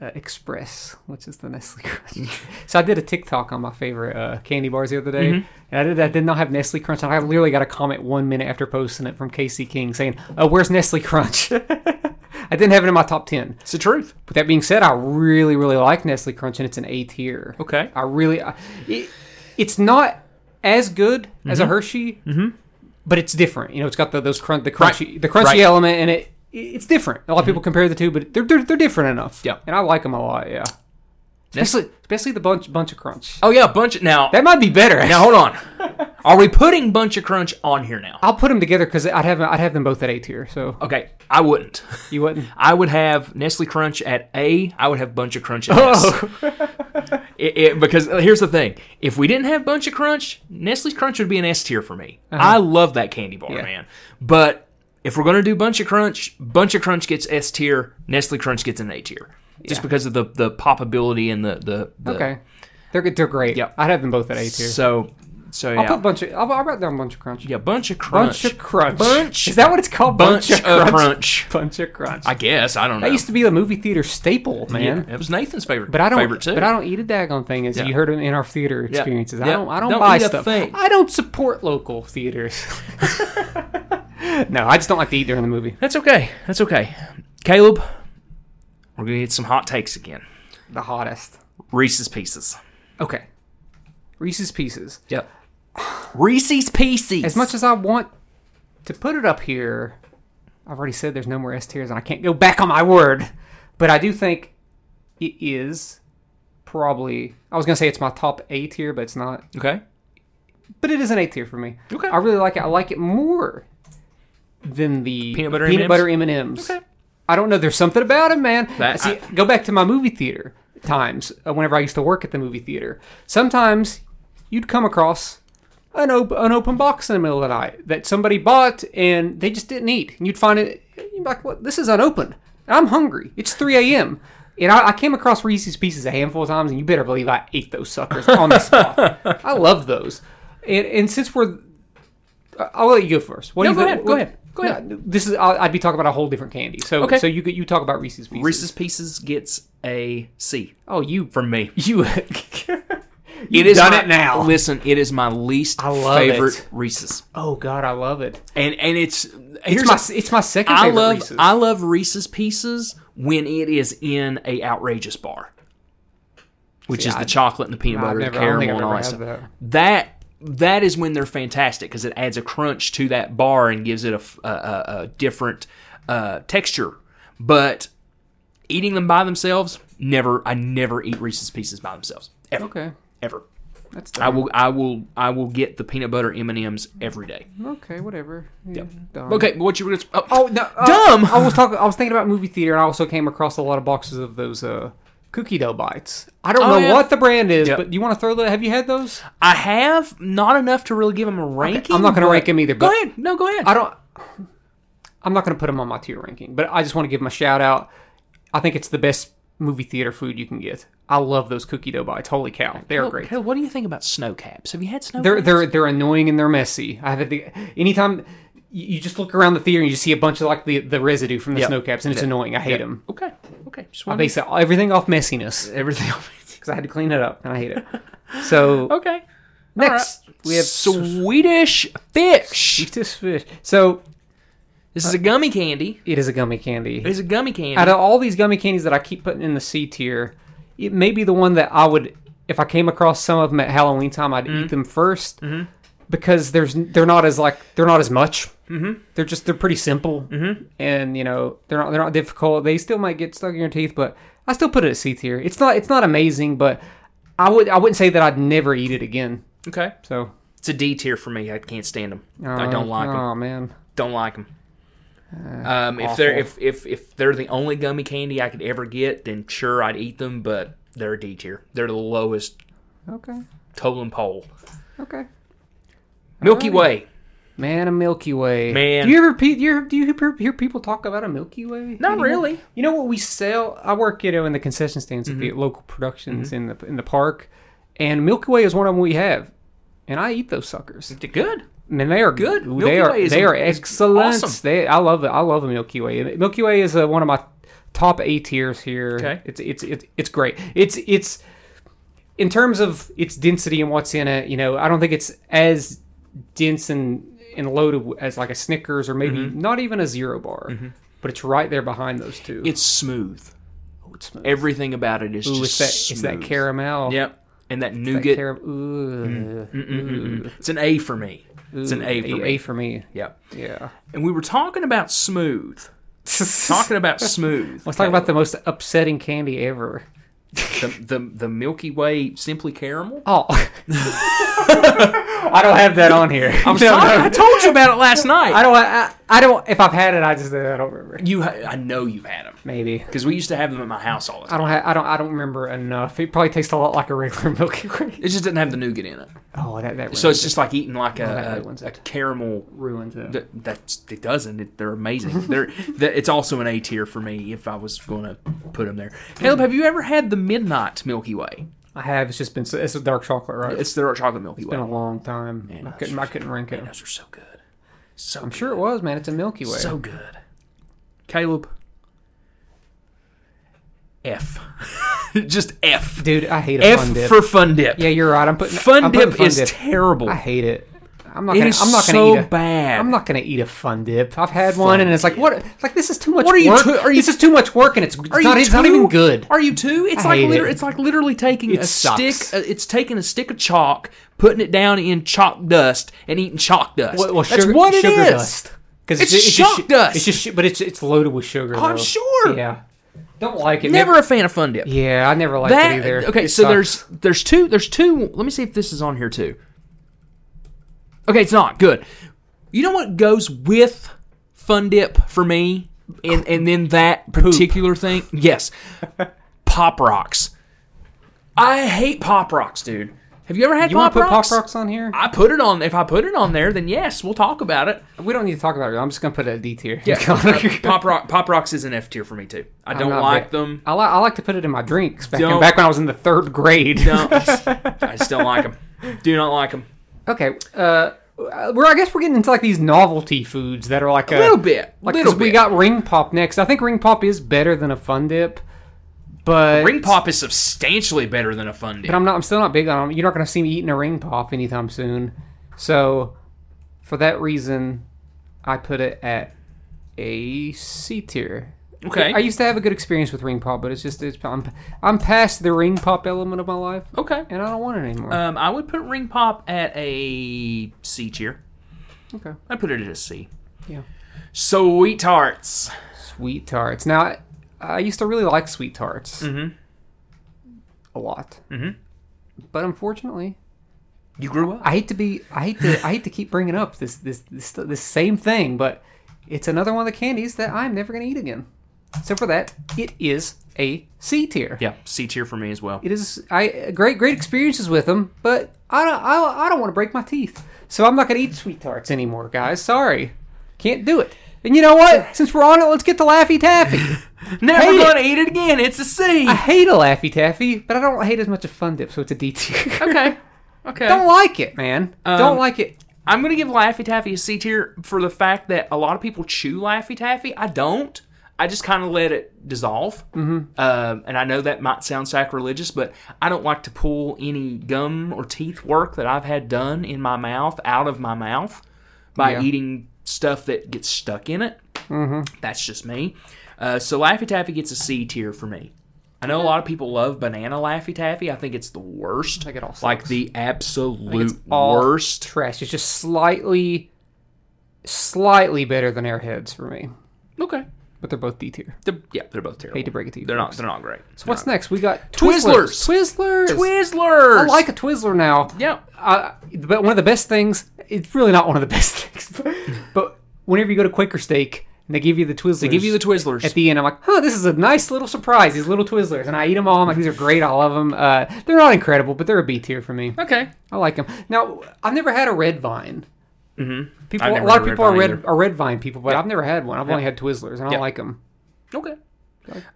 S2: uh, Express, which is the Nestle [laughs] Crunch. so I did a TikTok on my favorite uh, candy bars the other day, and I did that. Did not have Nestle Crunch, and I literally got a comment one minute after posting it from Casey King saying, "Oh, where's Nestle Crunch?" [laughs] I didn't have it in my top ten.
S1: It's the truth.
S2: But that being said, I really, really like Nestle Crunch, and it's an A tier.
S1: Okay.
S2: I really, I, it, it's not as good as
S1: Mm-hmm.
S2: a Hershey, but it's different. You know, it's got the, those crunch, the crunchy, the crunchy
S1: Right. Mm-hmm.
S2: element, and it it's different. A lot of people compare the two, but they're they're, they're different enough.
S1: Yeah.
S2: and I like them a lot. Yeah, especially especially the bunch bunch of crunch.
S1: Oh yeah, bunch of now.
S2: That might be better.
S1: now hold on. Are we putting bunch of crunch on here now?
S2: [laughs] I'll put them together because I'd have I'd have them both at A tier. So
S1: Okay, I wouldn't. [laughs]
S2: you wouldn't.
S1: I would have Nestle Crunch at A. I would have Bunch of Crunch at S.
S2: Oh. [laughs]
S1: It- it- because uh, here's the thing: if we didn't have Bunch of Crunch, Nestle Crunch would be an S tier for me. I love that candy bar,
S2: Uh-huh. Yeah.
S1: man. But if we're gonna do Bunch of Crunch, Bunch of Crunch gets S tier. Nestle Crunch gets an A tier, just because of the the popability and the the, the
S2: okay, they're good. They're great.
S1: Yep.
S2: I'd have them both at A tier.
S1: Uh, So so yeah,
S2: I'll put bunch of. I'll, I'll write down bunch of crunch.
S1: yeah, Bunch of Crunch,
S2: Bunch of crunch.
S1: Bunch-
S2: Is that what it's called?
S1: Bunch of Crunch.
S2: [laughs] Bunch of crunch.
S1: I guess I don't know.
S2: that used to be the movie theater staple, man.
S1: Yeah, it was Nathan's favorite,
S2: But I don't.
S1: favorite too.
S2: But I don't eat a daggone thing. As you heard in in our theater experiences, I
S1: Yeah.
S2: don't. I don't,
S1: Don't
S2: buy
S1: eat a
S2: stuff.
S1: thing.
S2: I don't support local [laughs] theaters. no, I just don't like to eat during the movie.
S1: That's okay. That's okay. Caleb, we're gonna get some hot takes again.
S2: The hottest.
S1: Reese's Pieces.
S2: Okay. Reese's Pieces.
S1: Yep. Reese's Pieces.
S2: As much as I want to put it up here, I've already said there's no more S tiers, and I can't go back on my word. But I do think it is probably. I was gonna say it's my top A tier, but it's not.
S1: okay.
S2: But it is an A tier for me.
S1: Okay.
S2: I really like it. I like it more than the
S1: Peanut butter M&Ms?
S2: M and M's.
S1: Okay.
S2: I don't know. There's something about it, man.
S1: That-
S2: See, go back to my movie theater times. uh, Whenever I used to work at the movie theater, sometimes you'd come across an, op- an open box in the middle of the night that somebody bought and they just didn't eat, and you'd find it. You're like, "What? This is unopened. I'm hungry. It's 3 a.m." And I, I came across Reese's Pieces a handful of times, and you better believe I ate those suckers on the spot. I love those. And, and since we're, I- I'll let you go first. What
S1: No,
S2: do you
S1: go
S2: think-
S1: ahead, go ahead. Go
S2: No,
S1: ahead.
S2: this is I'll, I'd be talking about a whole different candy. So
S1: Okay.
S2: so you could- you talk about Reese's Pieces.
S1: Reese's Pieces gets a C
S2: Oh, you
S1: from me.
S2: [laughs] you.
S1: [laughs] It is
S2: done
S1: my-
S2: it now.
S1: Listen, it is my least
S2: I love
S1: favorite
S2: it.
S1: Reese's,
S2: oh God, I love it.
S1: and and it's
S2: It's
S1: here's
S2: my
S1: a-
S2: it's my second
S1: I
S2: favorite
S1: love
S2: Reese's.
S1: I love Reese's Pieces when it is in a outrageous bar, which is the chocolate and the peanut
S2: I've
S1: butter,
S2: never-
S1: the
S2: I don't think
S1: caramel, and
S2: I've
S1: all
S2: ever
S1: that
S2: had
S1: stuff. That that is when they're fantastic because it adds a crunch to that bar and gives it a f- a, a- a different uh, texture. But eating them by themselves, never. I never eat Reese's Pieces by themselves ever,
S2: okay,
S1: ever.
S2: that's
S1: I
S2: dumb.
S1: will, I will, I will get the peanut butter M and M's every day.
S2: okay. Whatever. Yeah, dumb.
S1: Okay, what you were? Oh,
S2: Mm-hmm. Oh no, uh,
S1: Dumb!
S2: I was talking. I was thinking about movie theater, and I also came across a lot of boxes of those uh, cookie dough bites. I don't
S1: Oh,
S2: know
S1: yeah.
S2: what the brand is,
S1: Yep.
S2: but do you want to throw the? Have you had those?
S1: I have not enough to really give him a ranking.
S2: I'm not going to
S1: but-
S2: rank them either. But
S1: Go ahead. No, go ahead.
S2: I don't. I'm not going to put them on my tier ranking, but I just want to give them a shout out. I think it's the best movie theater food you can get. I love those cookie dough bites. Holy cow, they are
S1: Look,
S2: great.
S1: Caleb, what do you think about snow caps? Have you had snow?
S2: They're
S1: caps?
S2: they're they're annoying and they're messy. I have the anytime you you just look around the theater and you see a bunch of like the, the residue from the
S1: Yep.
S2: snow caps and it's
S1: Yep.
S2: annoying. I hate them.
S1: okay. Okay. Just
S2: I
S1: one.
S2: base everything off messiness
S1: Everything.
S2: because I had to clean it up and I hate it. So
S1: okay.
S2: next we have
S1: Swedish fish.
S2: sweetest fish. So
S1: This is a gummy candy.
S2: it is a gummy candy.
S1: It is a gummy candy.
S2: out of all these gummy candies that I keep putting in the C tier, it may be the one that I would, if I came across some of them at Halloween time, I'd
S1: Mm-hmm.
S2: eat them 1st because there's they're not as like they're not as much. Mm-hmm. They're just they're pretty simple, mm-hmm. and you know they're not they're not difficult. They still might get stuck in your teeth, but I still put it at C tier. It's not it's not amazing, but I would I wouldn't say that I'd never eat it again.
S1: okay.
S2: So
S1: It's a D tier for me. I can't stand them.
S2: uh,
S1: I don't like them.
S2: Oh man,
S1: Don't like them. Um, if they're if, if if they're the only gummy candy I could ever get, then sure I'd eat them. But they're a D tier. They're the lowest
S2: okay,
S1: totem pole.
S2: okay.
S1: Milky Way.
S2: Man, a Milky Way.
S1: Man.
S2: do you ever pe- do you, do you ever hear people talk about a Milky Way?
S1: Not
S2: anymore?
S1: really.
S2: You know what we sell? I work, you know, in the concession stands at
S1: Mm-hmm.
S2: the local productions in the in the park, and Milky Way is one of them we have, and I eat those suckers.
S1: They're good.
S2: I mean, they are
S1: Good.
S2: They
S1: Milky
S2: are
S1: Way is-
S2: they are
S1: is
S2: excellent.
S1: awesome.
S2: They I love it. I love a Milky Way. Milky Way is uh, one of my top A tiers here.
S1: Okay.
S2: It's it's it's it's great. It's it's in terms of its density and what's in it, you know, I don't think it's as dense and, and loaded as like a Snickers or maybe
S1: Mm-hmm.
S2: not even a Zero Bar, but it's right there behind those two.
S1: It's smooth.
S2: oh, it's smooth.
S1: Everything about it is
S2: Ooh, it's
S1: just
S2: that it's that
S1: smooth.
S2: caramel.
S1: Yep. And that
S2: That
S1: nougat.
S2: caram- ooh, ooh,
S1: it's an A for me. Mm. It's an A for
S2: a,
S1: me.
S2: A for me.
S1: Yep.
S2: Yeah.
S1: And we were talking about smooth. [laughs] Talking about smooth.
S2: Let's talk about the most upsetting candy
S1: [laughs]
S2: ever.
S1: the, the the Milky Way Simply Caramel.
S2: Oh. I don't have that on here. [laughs] I'm
S1: I, I told you about it last night.
S2: I don't. I, I don't. If I've had it, I just I don't remember.
S1: you, ha- I know you've had them
S2: Maybe
S1: because we used to have them at my house all the
S2: I
S1: time.
S2: don't. Ha- I don't. I don't remember enough. It probably tastes a lot like a regular [laughs] Milky Way.
S1: It just didn't have the nougat in it,
S2: Oh, that that
S1: so
S2: ruins,
S1: it's just like eating like
S2: that
S1: a,
S2: ruins
S1: a, a
S2: it.
S1: caramel.
S2: ruins it.
S1: That, that's it doesn't. It, they're [laughs] amazing. They're that, it's also an A tier for me if I was going to put them there. Caleb, have you ever had the Midnight Milky Way?
S2: I have. It's just been. so It's a dark chocolate, right? It's
S1: It's their chocolate Milky
S2: been
S1: Way.
S2: a long time. I
S1: that's
S2: couldn't. I couldn't rank it.
S1: Those are so good. So
S2: I'm sure it was, man. It's a Milky Way.
S1: so good. Caleb, F, [laughs] just F.
S2: Dude, I hate a
S1: F
S2: fun dip.
S1: for fun dip.
S2: yeah, you're right. I'm putting
S1: Fun
S2: I'm putting
S1: dip is terrible.
S2: I hate it. I'm not.
S1: It
S2: Gonna,
S1: is
S2: I'm not gonna
S1: so
S2: eat a,
S1: bad.
S2: I'm not gonna eat a fun dip. I've had one, and it's like what? It's like this is too much.
S1: What are you
S2: Work.
S1: too- are you-
S2: this is too much work, and it's, it's not. It's not
S1: two?
S2: even good.
S1: Are you two? It's
S2: I
S1: like
S2: hate
S1: liter-
S2: it.
S1: it's like literally taking
S2: It
S1: a
S2: sucks.
S1: stick. uh, it's taking a stick of chalk, putting it down in chalk dust, and eating chalk dust.
S2: Well, well,
S1: That's
S2: sugar,
S1: what it is.
S2: sugar dust. Because
S1: It's shock
S2: just,
S1: dust.
S2: It's just, sh- but it's it's loaded with sugar.
S1: I'm
S2: though.
S1: sure.
S2: Oh, Yeah, don't like it.
S1: Never a fan of fun dip.
S2: Yeah, I never liked it
S1: That
S2: either.
S1: okay.
S2: It
S1: So
S2: sucked.
S1: there's there's two there's two. Let me see if this is on here too. Okay, it's not good. You know what goes with fun dip for me, and and then that particular thing.
S2: [laughs]
S1: Yes, pop rocks. I hate pop rocks, dude. Have you ever had
S2: You
S1: pop
S2: want to put
S1: rocks?
S2: pop rocks on here?
S1: I put it on. If I put it on there, then yes, we'll talk about it.
S2: We don't need to talk about it. I'm just gonna put it at D tier. [laughs]
S1: Uh, pop rock, pop rocks is an F tier for me too. I don't like
S2: [laughs]
S1: them.
S2: I, li- I like to put it in my drinks. Back,
S1: Don't-
S2: in, back when I was in the third grade.
S1: No, I just don't like them. Do not like them.
S2: [laughs] okay. Uh, we're I guess we're getting into like these novelty foods that are like
S1: A
S2: a
S1: little bit.
S2: Like 'cause
S1: little bit.
S2: we got ring pop next. I think ring pop is better than a fun dip, but
S1: Ring pop is substantially better than a fun dip.
S2: But I'm not. I'm still not big on them. You're not going to see me eating a ring pop anytime soon. So, for that reason, I put it at a C tier.
S1: Okay.
S2: I used to have a good experience with ring pop, but it's just it's I'm, I'm past the ring pop element of my life,
S1: okay.
S2: and I don't want it anymore.
S1: Um, I would put ring pop at a C tier.
S2: okay.
S1: I'd put it at a C.
S2: Yeah.
S1: Sweet tarts.
S2: Sweet tarts. Now, I, I used to really like sweet tarts. Mm-hmm. A lot. Mm-hmm. But unfortunately,
S1: You grew up.
S2: I hate to be, I hate to, I hate to keep bringing up this, this, this, this same thing, but it's another one of the candies that I'm never going to eat again. So for that, it is a C tier.
S1: yeah, C tier for me as well.
S2: It is I great, great experiences with them, but I don't, I, I don't want to break my teeth, so I'm not going to eat sweet tarts anymore, guys. Sorry, can't do it. And you know
S1: [laughs]
S2: what? Since we're on it, let's get to Laffy Taffy.
S1: Never
S2: hate it.
S1: gonna eat it again. It's a C.
S2: I hate a Laffy Taffy, but I don't hate as much as Fun Dip, so it's a D tier.
S1: okay. Okay.
S2: [laughs]
S1: Um,
S2: don't like it, man. don't like it.
S1: I'm gonna give Laffy Taffy a C tier for the fact that a lot of people chew Laffy Taffy. I don't. I just kind of let it dissolve. Mm-hmm. Um, and I know that might sound sacrilegious, but I don't like to pull any gum or teeth work that I've had done in my mouth out of my mouth by
S2: Yeah.
S1: eating stuff that gets stuck in it. Mm-hmm. That's just me. Uh, so Laffy Taffy gets a C tier for me. I know a lot of people love banana Laffy Taffy. I think it's the worst.
S2: think it all
S1: like
S2: sucks.
S1: the absolute
S2: all
S1: worst.
S2: trash. It's just slightly, slightly better than Airheads for me,
S1: Okay.
S2: but they're both D tier.
S1: They're, yeah, they're both terrible.
S2: Hate to break it to you.
S1: They're not.
S2: folks.
S1: They're not great.
S2: So what's next? We got
S1: Twizzlers.
S2: Twizzlers. Twizzlers.
S1: Twizzlers.
S2: I like a Twizzler now.
S1: Yeah.
S2: I, but one of the best things. It's really not one of the [laughs] best things, but whenever you go to Quaker Steak and they give you the Twizzlers, they
S1: Give you the Twizzlers.
S2: at the end, I'm like, huh, this is a nice little surprise. These little Twizzlers, and I eat them all. I'm like, these are great, all of them. Uh, they're not incredible, but they're a B tier for me.
S1: okay.
S2: I like them. Now, I've never had a red vine. Mm-hmm. People,
S1: I've never
S2: a lot
S1: had
S2: of
S1: a
S2: people
S1: red
S2: are
S1: vine
S2: red
S1: either.
S2: are red vine people, but I've never had one. I've only had Twizzlers, and I don't like them.
S1: Okay.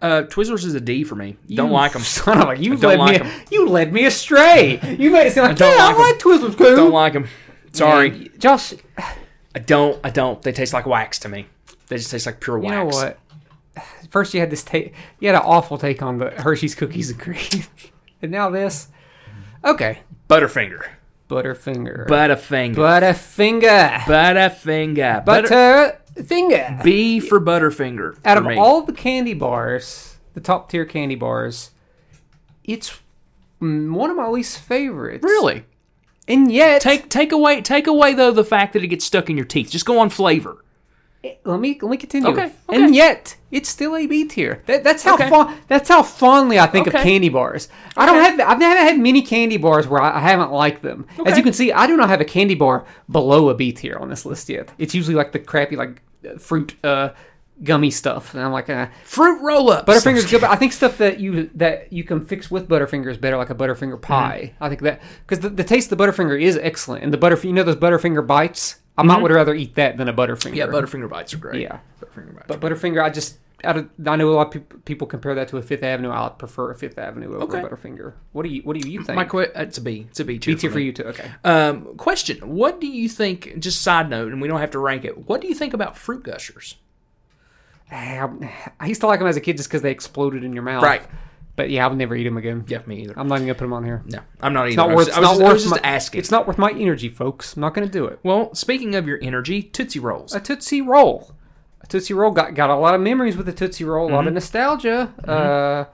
S1: Uh, Twizzlers is a D for me. Don't
S2: [laughs]
S1: like them.
S2: Son of a, you
S1: don't
S2: led
S1: like
S2: me,
S1: 'em.
S2: you led me astray. You made it sound like,
S1: don't
S2: yeah,
S1: like
S2: I like Twizzlers. Cool.
S1: Don't like them. Sorry.
S2: Josh.
S1: I don't. I don't. They taste like wax to me. They just taste like pure
S2: You
S1: wax.
S2: know what? First, you had this take. You had an awful take on the Hershey's cookies and cream, [laughs] and now this. Okay,
S1: Butterfinger.
S2: Butterfinger.
S1: Butterfinger.
S2: Butterfinger.
S1: Butterfinger.
S2: Butterfinger.
S1: B for Butterfinger.
S2: Out
S1: for
S2: of
S1: me.
S2: all the candy bars, the top tier candy bars, it's mm, one of my least favorites.
S1: Really.
S2: And yet,
S1: Take take away take away though the fact that it gets stuck in your teeth. Just go on flavor.
S2: let me let me continue.
S1: Okay, okay.
S2: And yet, it's still a B tier. That, that's how
S1: Okay.
S2: fond that's how fondly I think
S1: Okay.
S2: of candy bars. I don't have I've never had many candy bars where I, I haven't liked them. As
S1: Okay.
S2: you can see, I do not have a candy bar below a B tier on this list yet. It's usually like the crappy like uh, fruit uh, gummy stuff, and I'm like. Uh,
S1: Fruit roll ups.
S2: Butterfinger's good, but I think stuff that you that you can fix with Butterfinger is better, like a
S1: Mm-hmm.
S2: Butterfinger pie. I think that because the, the taste of the Butterfinger is excellent, and the Butterfinger, you know, those Butterfinger bites. I might would rather eat that than a Butterfinger.
S1: Mm-hmm. Yeah, Butterfinger bites are great.
S2: Yeah.
S1: Butterfinger bites.
S2: but Butterfinger, I just I, don't- I know a lot of peop people compare that to a Fifth Avenue. I prefer a Fifth Avenue over
S1: Okay.
S2: a Butterfinger. What do you What do you think?
S1: My que- uh, it's a B. It's a B tier.
S2: It's here for
S1: me.
S2: you too. Okay. [sighs]
S1: Um, question: What do you think? Just side note, and we don't have to rank it. What do you think about fruit gushers?
S2: I I used to like them as a kid just because they exploded in your mouth.
S1: Right.
S2: But yeah, I'll never eat them again.
S1: Yeah, me either.
S2: I'm not even gonna put them on here.
S1: no, I'm not either.
S2: It's not
S1: I was,
S2: worth. It's
S1: I was
S2: not
S1: just, I was
S2: worth.
S1: just
S2: my-
S1: asking.
S2: It's not worth my energy, folks. I'm not gonna do it.
S1: well, speaking of your energy, Tootsie Rolls.
S2: A Tootsie Roll. A Tootsie Roll got got a lot of memories with a Tootsie Roll. A lot of nostalgia. Uh,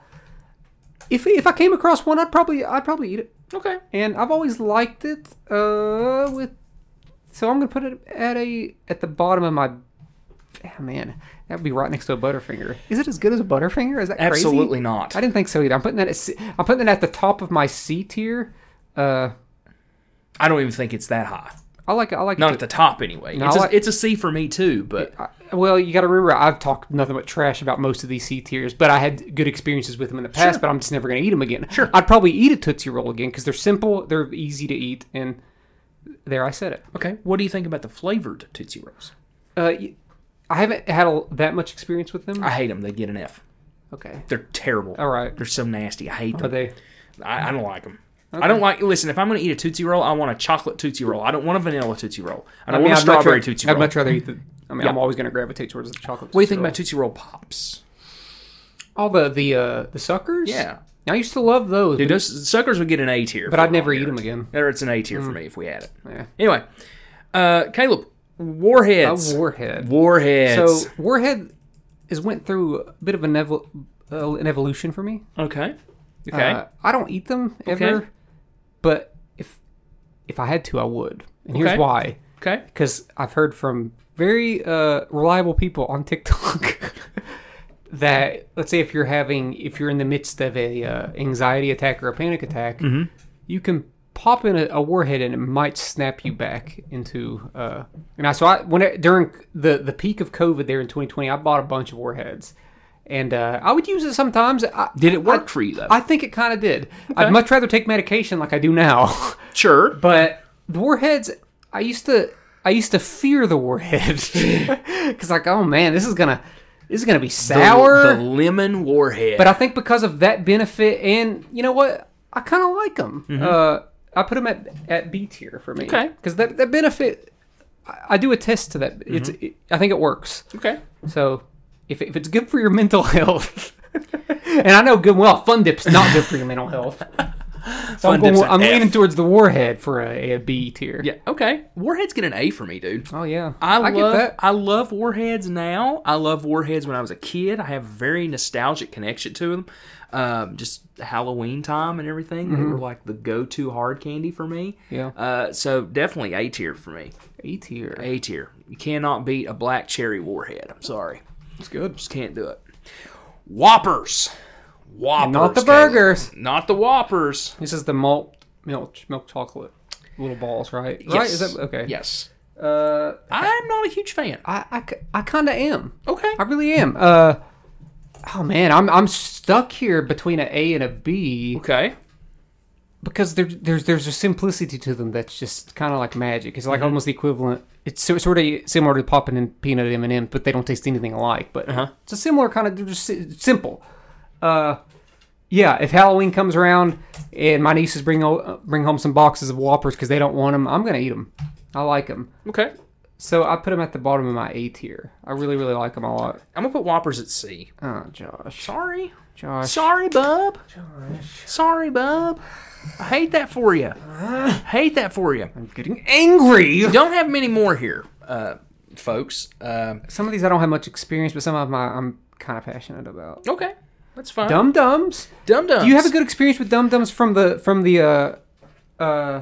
S2: if if I came across one, I'd probably I'd probably eat it.
S1: okay.
S2: and I've always liked it. Uh, with so I'm gonna put it at a at the bottom of my. Ah, man, that would be right next to a Butterfinger. Is it as good as a Butterfinger? Is that crazy?
S1: Absolutely not.
S2: I didn't think so either. I'm putting that at C, I'm putting it at the top of my C tier. Uh,
S1: I don't even think it's that high.
S2: I like it. I like
S1: Not
S2: it.
S1: at the top, anyway.
S2: No,
S1: it's,
S2: I
S1: a,
S2: like-
S1: it's a C for me too, but
S2: I, well, you got to remember, I've talked nothing but trash about most of these C tiers, but I had good experiences with them in the past.
S1: Sure.
S2: But I'm just never going to eat them again.
S1: Sure.
S2: I'd probably eat a Tootsie Roll again because they're simple, they're easy to eat, and there I said it.
S1: okay. What do you think about the flavored Tootsie Rolls?
S2: Uh, y- I haven't had a, that much experience with them.
S1: I hate them. They get an F.
S2: okay.
S1: They're terrible.
S2: All right.
S1: They're so nasty. I hate
S2: Are
S1: them.
S2: they?
S1: I, I don't like them. I don't like. Listen, if I'm going to eat a Tootsie Roll, I want a chocolate Tootsie Roll. I don't want a vanilla Tootsie Roll. I don't want a
S2: I'd much
S1: strawberry
S2: rather-
S1: Tootsie
S2: I'd
S1: Roll.
S2: much rather eat the. I mean,
S1: Yeah.
S2: I'm always going to gravitate towards the chocolate.
S1: what do you think
S2: Roll.
S1: about Tootsie Roll pops?
S2: all the the uh, the suckers?
S1: Yeah.
S2: I used to love those,
S1: Dude,
S2: but,
S1: those suckers would get an A tier.
S2: but
S1: for
S2: I'd never
S1: on
S2: eat
S1: here.
S2: them again.
S1: Or it's an A tier for me if we had it.
S2: Yeah.
S1: Anyway, uh, Caleb,
S2: A
S1: warheads.
S2: warhead.
S1: warheads.
S2: So warhead has went through a bit of an, evol- uh, an evolution for me.
S1: okay. Okay.
S2: Uh, I don't eat them ever,
S1: Okay.
S2: but if if I had to, I would. And here's
S1: Okay.
S2: why.
S1: okay.
S2: because I've heard from very uh, reliable people on TikTok [laughs] that let's say if you're having if you're in the midst of a uh, anxiety attack or a panic attack,
S1: Mm-hmm.
S2: you can pop in a, a warhead and it might snap you back into. Uh, and I so I when it, during the the peak of COVID there in 2020, I bought a bunch of warheads. And uh, I would use it sometimes. I,
S1: Did it work for you though?
S2: I think it kind of did. I'd much rather take medication like I do now. [laughs]
S1: sure.
S2: But the warheads, I used to, I used to fear the warhead
S1: [laughs]
S2: [laughs] because like, oh man, this is gonna, this is gonna be sour.
S1: The, the lemon warhead.
S2: but I think because of that benefit, and you know what, I kind of like them. Uh, I put them at, at B tier for me.
S1: Mm-hmm. Okay.
S2: because that that benefit, I, I do attest to that. It's,
S1: Mm-hmm.
S2: it, I think it works.
S1: okay.
S2: So if if it's good for your mental health. [laughs] And I know good and well, Fun Dip's not good for your mental health.
S1: [laughs]
S2: So
S1: Fun
S2: I'm, going,
S1: Dip's an
S2: I'm
S1: F.
S2: leaning towards the warhead for a, a B tier.
S1: Yeah. Okay. Warheads get an A for me, dude.
S2: Oh yeah,
S1: I, love
S2: get that.
S1: I love warheads now. I love warheads when I was a kid. I have a very nostalgic connection to them. Um, just Halloween time and everything. They were like the go-to hard candy for me.
S2: Mm-hmm. Yeah.
S1: Uh, so definitely A tier for me.
S2: A tier.
S1: A tier. You cannot beat a black cherry warhead. I'm sorry,
S2: It's good.
S1: just can't do it. Whoppers. Whoppers.
S2: Not the
S1: Caleb.
S2: burgers.
S1: Not the Whoppers.
S2: This is the malt milk milk chocolate little balls, right? Right? Is that okay?
S1: Yes.
S2: Uh,
S1: I'm not a huge fan.
S2: I I, c- I kind of am.
S1: Okay.
S2: I really am. Uh, oh man, I'm I'm stuck here between an A and a B
S1: Okay.
S2: because there, there's there's a simplicity to them that's just kind of like magic. It's like almost the equivalent. It's so, sort of similar to popping in peanut M and M, but they don't taste anything alike. But it's a similar kind of they're just si- simple. Uh, yeah, if Halloween comes around and my nieces bring o- uh, bring home some boxes of Whoppers because they don't want them, I'm gonna eat them. I like them,
S1: Okay.
S2: so I put them at the bottom of my A tier. I really really like them a lot.
S1: I'm gonna put Whoppers at C.
S2: Oh, Josh,
S1: Sorry.
S2: Josh,
S1: Sorry, bub. Sorry, bub. I hate that for you. hate that for you.
S2: I'm getting angry.
S1: Don't have many more here, uh, folks. Um
S2: Some of these I don't have much experience, but some of them I, I'm kind of passionate about.
S1: okay, that's fine.
S2: Dum Dums.
S1: Dum dum.
S2: Do you have a good experience with Dum Dums from the from the uh, uh,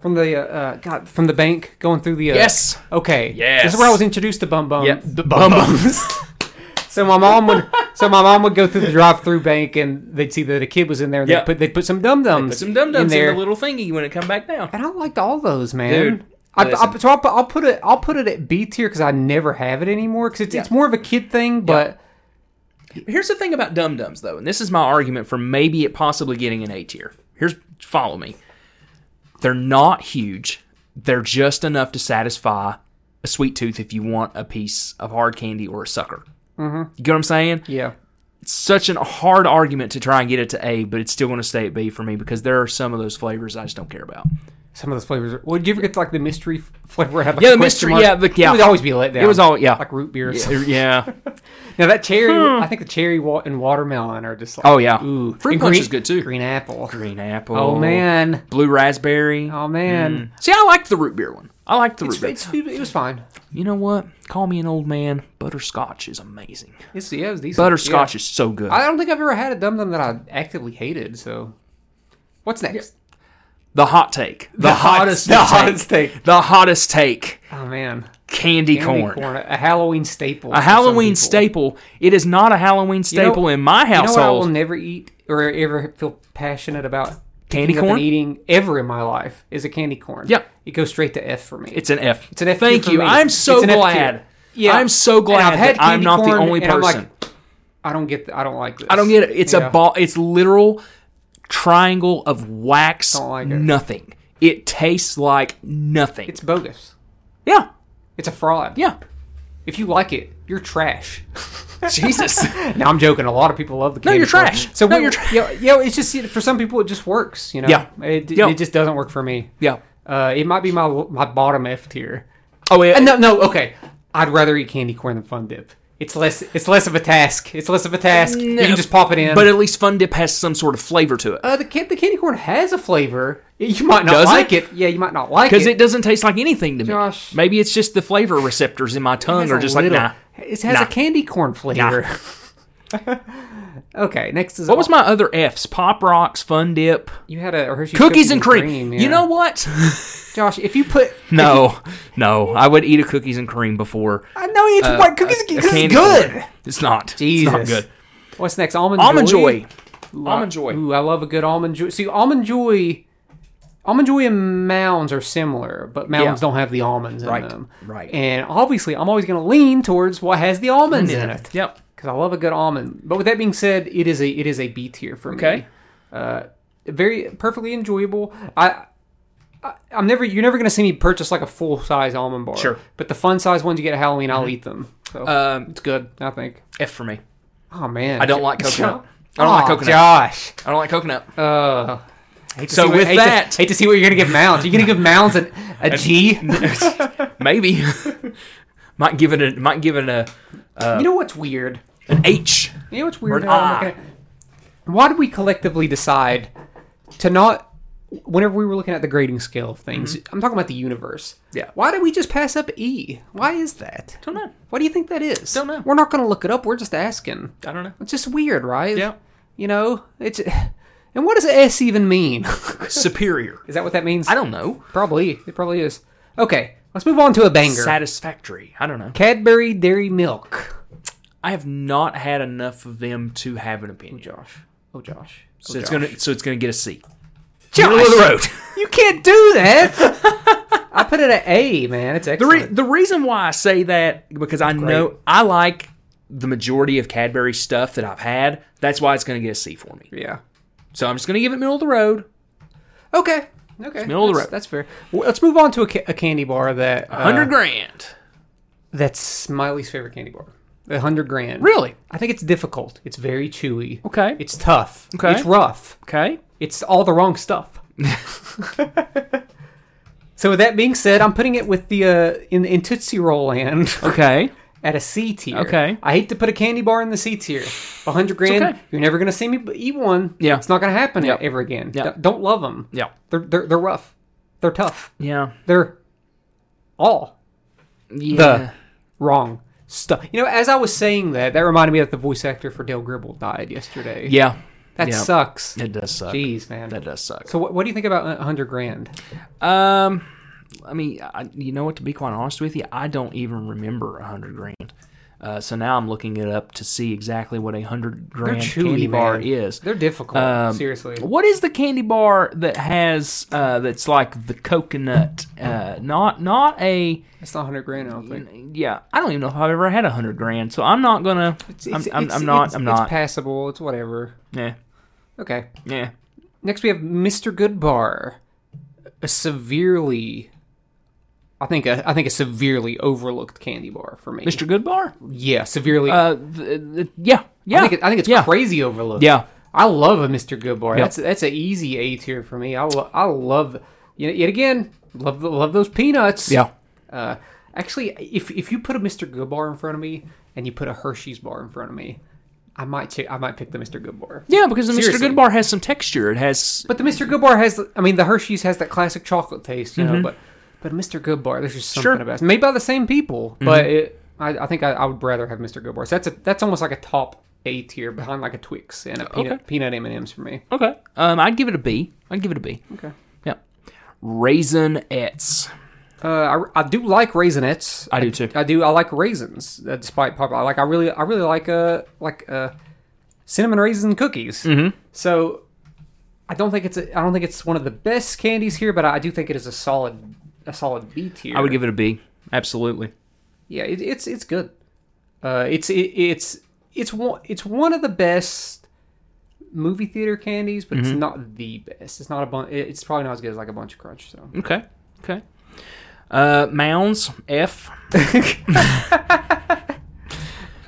S2: from the uh, uh, God from the bank going through the uh,
S1: Yes.
S2: okay
S1: Yes.
S2: this is where I was introduced to Bum Bum
S1: Yep.
S2: the Bum Bums. [laughs] so my mom would so my mom would go through the drive through bank and they'd see that a kid was in there and
S1: Yep.
S2: they put they put some Dum Dums
S1: Put some dum dums in,
S2: there
S1: the little thingy when it come back down.
S2: and I liked all those man.
S1: Dude,
S2: I, I,
S1: listen.
S2: so I'll, put- I'll put it. I'll put it at B tier because I never have it anymore because it's, it's more of a kid thing. But
S1: Here's the thing about dum dums though, and this is my argument for maybe it possibly getting an A tier. Here's follow me. They're not huge. They're just enough to satisfy a sweet tooth if you want a piece of hard candy or a sucker. Mm-hmm. You get what I'm saying?
S2: yeah,
S1: such an hard argument to try and get it to A, but it's still going to stay at B for me because there are some of those flavors I just don't care about.
S2: Some of those flavors. Are, well, did you ever get like the mystery f- flavor? Had, like,
S1: Yeah,
S2: a
S1: the
S2: question
S1: mystery-
S2: mark?
S1: yeah, the- yeah.
S2: It would always be a letdown.
S1: It was all yeah.
S2: like root beer. Or
S1: Yeah, [laughs]
S2: something.
S1: yeah.
S2: [laughs] Now that cherry, I think the cherry wa- and watermelon are just like
S1: Oh, yeah.
S2: ooh.
S1: Fruit
S2: And
S1: punch
S2: green-
S1: is good, too.
S2: Green apple.
S1: Green apple. Hmm.
S2: Oh man,
S1: Blue raspberry.
S2: oh man,
S1: See, I liked the root beer one. I liked the root beer.
S2: It's- it was fine.
S1: You know what? Call me an old man. Butterscotch is amazing.
S2: It's yeah, it was decent.
S1: Butterscotch is so good.
S2: Yeah. I don't think I've ever had a dum dum that I actively hated. So, what's next?
S1: the hot take. [laughs] The,
S2: hot-
S1: hottest.
S2: the
S1: take.
S2: hottest take.
S1: The hottest take.
S2: Oh man,
S1: Candy,
S2: Candy
S1: corn.
S2: a Halloween staple. for
S1: A
S2: some
S1: Halloween
S2: people.
S1: staple. It is not a Halloween
S2: You know-
S1: staple in my
S2: You know what I will
S1: household.
S2: never eat or ever feel passionate about
S1: Candy
S2: picking up
S1: corn?
S2: and eating ever in my life is a candy corn.
S1: Yeah.
S2: it goes straight to F for me.
S1: it's an F.
S2: It's an F.
S1: Thank
S2: tier
S1: you.
S2: for me.
S1: I'm so
S2: It's an F
S1: glad.
S2: tier. Yeah,
S1: I'm so
S2: And
S1: glad
S2: I've had
S1: that I'm
S2: candy
S1: not the
S2: corn,
S1: only
S2: and I'm like,
S1: person.
S2: I don't get. th- I don't like this.
S1: I don't get it. It's
S2: Yeah.
S1: a ball. It's literal triangle of wax.
S2: Don't like it.
S1: nothing. It tastes like nothing.
S2: It's bogus.
S1: yeah.
S2: It's a fraud.
S1: Yeah.
S2: If you like it, you're trash. [laughs]
S1: Jesus. [laughs]
S2: now I'm joking. A lot of people love the. Candy
S1: you're
S2: corn.
S1: trash.
S2: So
S1: No,
S2: we-
S1: you're trash.
S2: Yeah, yeah, it's just for some people it just works. You know.
S1: Yeah.
S2: It,
S1: Yeah.
S2: it just doesn't work for me.
S1: yeah.
S2: Uh, it might be my my bottom F tier.
S1: Oh, it,
S2: Uh, No, no, okay. I'd rather eat candy corn than fun dip. It's less. It's less of a task. It's less of a task. You
S1: No.
S2: can just pop it in.
S1: but at least Fun Dip has some sort of flavor to it
S2: uh, the can- the candy corn has a flavor. You might not
S1: Does it?
S2: like it? Yeah, you might not like
S1: because it doesn't taste like anything to me.
S2: Josh.
S1: Maybe it's just the flavor receptors in my tongue
S2: has
S1: are
S2: a
S1: just
S2: little-
S1: like nah.
S2: It has
S1: Nah.
S2: a candy corn flavor. [laughs] okay, next is
S1: What was my other F's? Pop rocks, Fun Dip,
S2: you had a Hershey's
S1: cookies and cream.
S2: yeah.
S1: You know what? [laughs]
S2: Josh, if you put
S1: no, no. I would eat a cookies and cream before.
S2: I know it's what cookies
S1: Uh,
S2: and
S1: a
S2: cream. This is
S1: candy
S2: good.
S1: corn. It's not. It's not
S2: Jesus.
S1: good.
S2: What's next? Almond
S1: Almond
S2: joy.
S1: Joy. Almond Joy.
S2: Ooh, I love a good almond joy. See, almond joy, almond joy and mounds are similar, but mounds
S1: Yeah.
S2: don't have the almonds
S1: Right,
S2: in them.
S1: right.
S2: And obviously, I'm always going to lean towards what has the almonds in it
S1: Yep.
S2: because I love a good almond. But with that being said, it is a it is a B tier for me.
S1: Okay.
S2: Uh, very perfectly enjoyable. I. I- I'm never. You're never gonna see me purchase like a full size almond bar.
S1: Sure. Mm-hmm.
S2: But the fun size ones you get at Halloween, I'll eat them. So
S1: Um,
S2: it's good. I think.
S1: F for me.
S2: Oh man. Oh,
S1: I
S2: [laughs]
S1: don't like coconut. I don't like
S2: Aw,
S1: coconut.
S2: Josh.
S1: I don't like coconut.
S2: Uh, hate to
S1: So
S2: see what,
S1: with
S2: hate
S1: that-
S2: to, hate to see what you're gonna give Mounds. You're gonna give Mounds a, a G. [laughs]
S1: Maybe. [laughs] might give it a might give it a
S2: you know what's weird?
S1: an H.
S2: You know what's weird?
S1: Word-
S2: now I'm
S1: ah.
S2: looking at- Why did we collectively decide to not? Whenever we were looking at the grading scale of things, I'm talking about the universe.
S1: Mm-hmm. Yeah.
S2: Why did we just pass up E? Why is that?
S1: Don't know.
S2: What do you think that is?
S1: Don't know.
S2: We're not going to look it up. We're just asking.
S1: I [laughs] don't know.
S2: It's just weird, right?
S1: Yeah.
S2: You know, it's. [sighs] And what does S even mean? [laughs] is
S1: Superior.
S2: that what that means?
S1: I don't know.
S2: Probably. It probably is. Okay, let's move on to a banger.
S1: Satisfactory. I don't know.
S2: Cadbury Dairy Milk.
S1: I have not had enough of them to have an opinion.
S2: Josh. Oh, Josh. Oh,
S1: So it's
S2: Josh.
S1: gonna so it's gonna get a C.
S2: Josh!
S1: Middle of the road. [laughs]
S2: You can't do that. I put it at A, man. It's
S1: The,
S2: excellent.
S1: re- the reason why I say that because I know I like the majority of Cadbury stuff that I've had. That's why it's gonna get a C for me.
S2: yeah.
S1: So I'm just gonna give it middle of the road.
S2: Okay. Okay.
S1: middle of the
S2: that's,
S1: road.
S2: That's fair. Well, let's move on to a, ca- a candy bar that uh,
S1: Hundred grand.
S2: that's my least favorite candy bar. The hundred grand.
S1: Really?
S2: I think it's difficult. It's very chewy.
S1: Okay.
S2: It's tough.
S1: Okay.
S2: It's rough.
S1: okay.
S2: It's all the
S1: [laughs]
S2: wrong stuff. so with that being said, I'm putting it with the uh, in in Tootsie Roll land.
S1: Okay.
S2: [laughs] at a C tier.
S1: Okay.
S2: I hate to put a candy bar in the C tier. A hundred grand,
S1: okay.
S2: you're never gonna see me b- eat one.
S1: Yeah.
S2: it's not gonna happen
S1: Yeah.
S2: ever again.
S1: Yeah.
S2: D- don't love them.
S1: Yeah.
S2: They're, they're they're rough. They're tough.
S1: Yeah.
S2: They're all
S1: Yeah.
S2: the wrong stuff. You know, as I was saying that, that reminded me that the voice actor for Dale Gribble died yesterday.
S1: yeah.
S2: that
S1: yeah.
S2: sucks.
S1: It does suck.
S2: Jeez, man.
S1: That does suck.
S2: so what, what do you think about a hundred grand?
S1: Um, I mean, I, you know what? To be quite honest with you, I don't even remember a hundred grand. Uh, so now I'm looking it up to see exactly what a hundred grand
S2: chewy,
S1: candy bar
S2: man.
S1: is.
S2: They're difficult.
S1: Um,
S2: seriously.
S1: What is the candy bar that has uh, that's like the coconut? Uh, not not a
S2: It's not hundred grand. I don't think.
S1: yeah. I don't even know if I've ever had a hundred grand. So I'm not gonna. I'm, I'm, I'm not.
S2: it's-
S1: I'm
S2: It's
S1: not.
S2: passable. It's whatever.
S1: yeah.
S2: Okay.
S1: Yeah.
S2: Next, we have Mr. Goodbar, a severely, I think, a, I think a severely overlooked candy bar for me.
S1: Mr. Goodbar.
S2: Yeah, severely.
S1: Uh, th- th- yeah. Yeah.
S2: I think, it, I think it's
S1: yeah.
S2: crazy overlooked.
S1: Yeah.
S2: I love a Mr. Goodbar. That's that's an easy A tier for me. I lo- I love. Yet, yet again, love the- love those peanuts.
S1: Yeah.
S2: Uh, actually, if if you put a Mr. Good bar in front of me and you put a Hershey's bar in front of me, I might ch- I might pick the Mr. Good bar.
S1: Yeah, because the
S2: Seriously.
S1: Mr. Goodbar has some texture. It has
S2: But the Mr. Good bar has I mean the Hershey's has that classic chocolate taste, you know, but but Mr. Good bar, there's just something
S1: Mm-hmm. Sure. Mm-hmm.
S2: about it. Made by the same people, but it, I, I think I, I would rather have Mr. Good bar. So that's a that's almost like a top A tier behind like a Twix and a peanut
S1: Okay.
S2: peanut M and M's for me.
S1: okay. Um, I'd give it a B. I'd give it a B.
S2: Okay.
S1: Yeah. Raisinettes.
S2: Uh, I, I do like raisinettes.
S1: I do too.
S2: I do. I like raisins, uh, despite popular. I Like I really, I really like uh like uh cinnamon raisin cookies. Mm-hmm. So I don't think it's a, I don't think it's one of the best candies here, but I do think it is a solid a solid B tier.
S1: I would give it a B. Absolutely.
S2: Yeah, it, it's it's good. Uh, it's it, it's it's one it's one of the best movie theater candies, but
S1: Mm-hmm.
S2: it's not the best. It's not a bunch. It's probably not as good as like a bunch of crunch. So
S1: Okay. Okay. Uh, Mounds
S2: [laughs]
S1: F. Go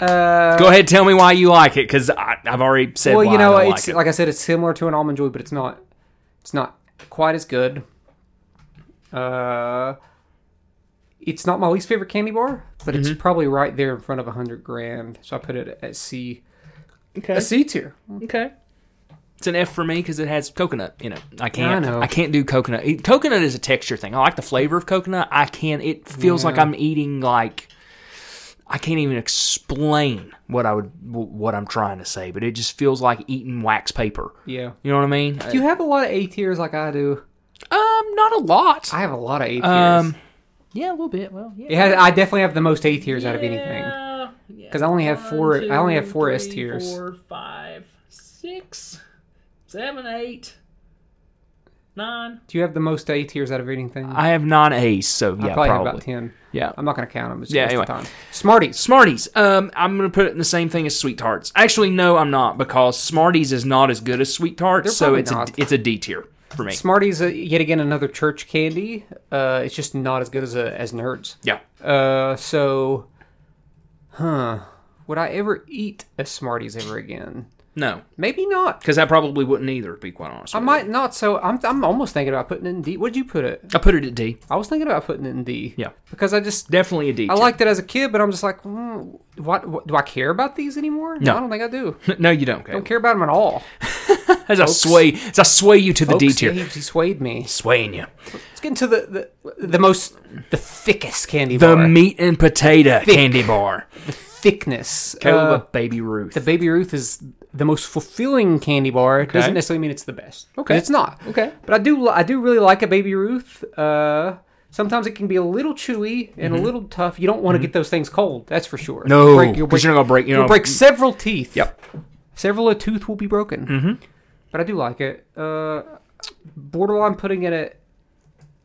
S1: ahead, tell me why you like it, because I've already said.
S2: Uh, well,
S1: why
S2: you
S1: I
S2: know,
S1: don't
S2: it's
S1: like,
S2: like,
S1: it.
S2: I said, it's similar to an almond joy, but it's not. It's not quite as good. Uh, it's not my least favorite candy bar, but
S1: Mm-hmm.
S2: it's probably right there in front of a hundred grand. So I put it at C,
S1: okay.
S2: a C tier.
S1: Okay. It's an F for me because it has coconut in it. I can't. I,
S2: know.
S1: can't do coconut. It- Coconut is a texture thing. I like the flavor of coconut. I can. not It feels like I'm eating like. I can't even explain what I would wh- what I'm trying to say, but it just feels like eating wax paper.
S2: Yeah.
S1: You know what I mean?
S2: Do you have a lot of A tiers like I do?
S1: um, not a lot.
S2: I have a lot of A tiers.
S1: Um, yeah, a little bit. Well, yeah.
S2: It has, I definitely have the most A tiers out of anything.
S1: Yeah, yeah.
S2: 'Cause I only have four- I only have four S tiers.
S1: Four, five, six, seven, eight, nine.
S2: Do you have the most A tiers out of anything?
S1: I have non A's, so
S2: I
S1: yeah,
S2: probably,
S1: probably.
S2: have about ten.
S1: Yeah.
S2: I'm not gonna count them. It's
S1: Yeah,
S2: yeah, anyway.
S1: anyway.
S2: time. Smarties.
S1: Smarties. Um, I'm gonna put it in the same thing as Sweet Tarts. Actually, no, I'm not because Smarties is not as good as Sweet Tarts,
S2: They're
S1: so
S2: probably
S1: it's
S2: not.
S1: a it's a D tier for me.
S2: Smarties, uh, yet again, another church candy. Uh, it's just not as good as a, as Nerds.
S1: Yeah.
S2: Uh, so, huh? Would I ever eat a Smarties ever again?
S1: No,
S2: Maybe not.
S1: because I probably wouldn't either. To be quite honest,
S2: I
S1: with
S2: might not. So I'm I'm almost thinking about putting it in D. What'd you put it?
S1: you. I put it at D.
S2: I was thinking about putting it in D.
S1: Yeah.
S2: Because I just
S1: Definitely a D.
S2: I
S1: tier.
S2: liked it as a kid, but I'm just like, mm, what, what? Do I care about these anymore?
S1: No.
S2: I don't think I do.
S1: [laughs] no, you don't.
S2: I don't
S1: Caleb.
S2: care about them at all.
S1: As I sway, as I sway you to the D
S2: Folks,
S1: tier,
S2: He, he swayed me.
S1: swaying you.
S2: Let's get into the the, the most the thickest candy
S1: The
S2: bar.
S1: meat and potato candy bar.
S2: thickness.
S1: Caleb
S2: Uh,
S1: of Baby Ruth.
S2: the Baby Ruth is the most fulfilling candy bar. It doesn't necessarily mean it's the best.
S1: Okay.
S2: 'Cause it's not.
S1: Okay.
S2: but I do li- I do really like a Baby Ruth. Uh, sometimes it can be a little chewy and a little tough. You don't want to get those things cold. That's for sure.
S1: Mm-hmm. no,
S2: Break-
S1: 'cause you're not gonna break. You
S2: You'll
S1: know,
S2: break several teeth.
S1: Yep.
S2: Several a tooth will be broken. Mm-hmm. But I do like it. Uh, borderline putting it at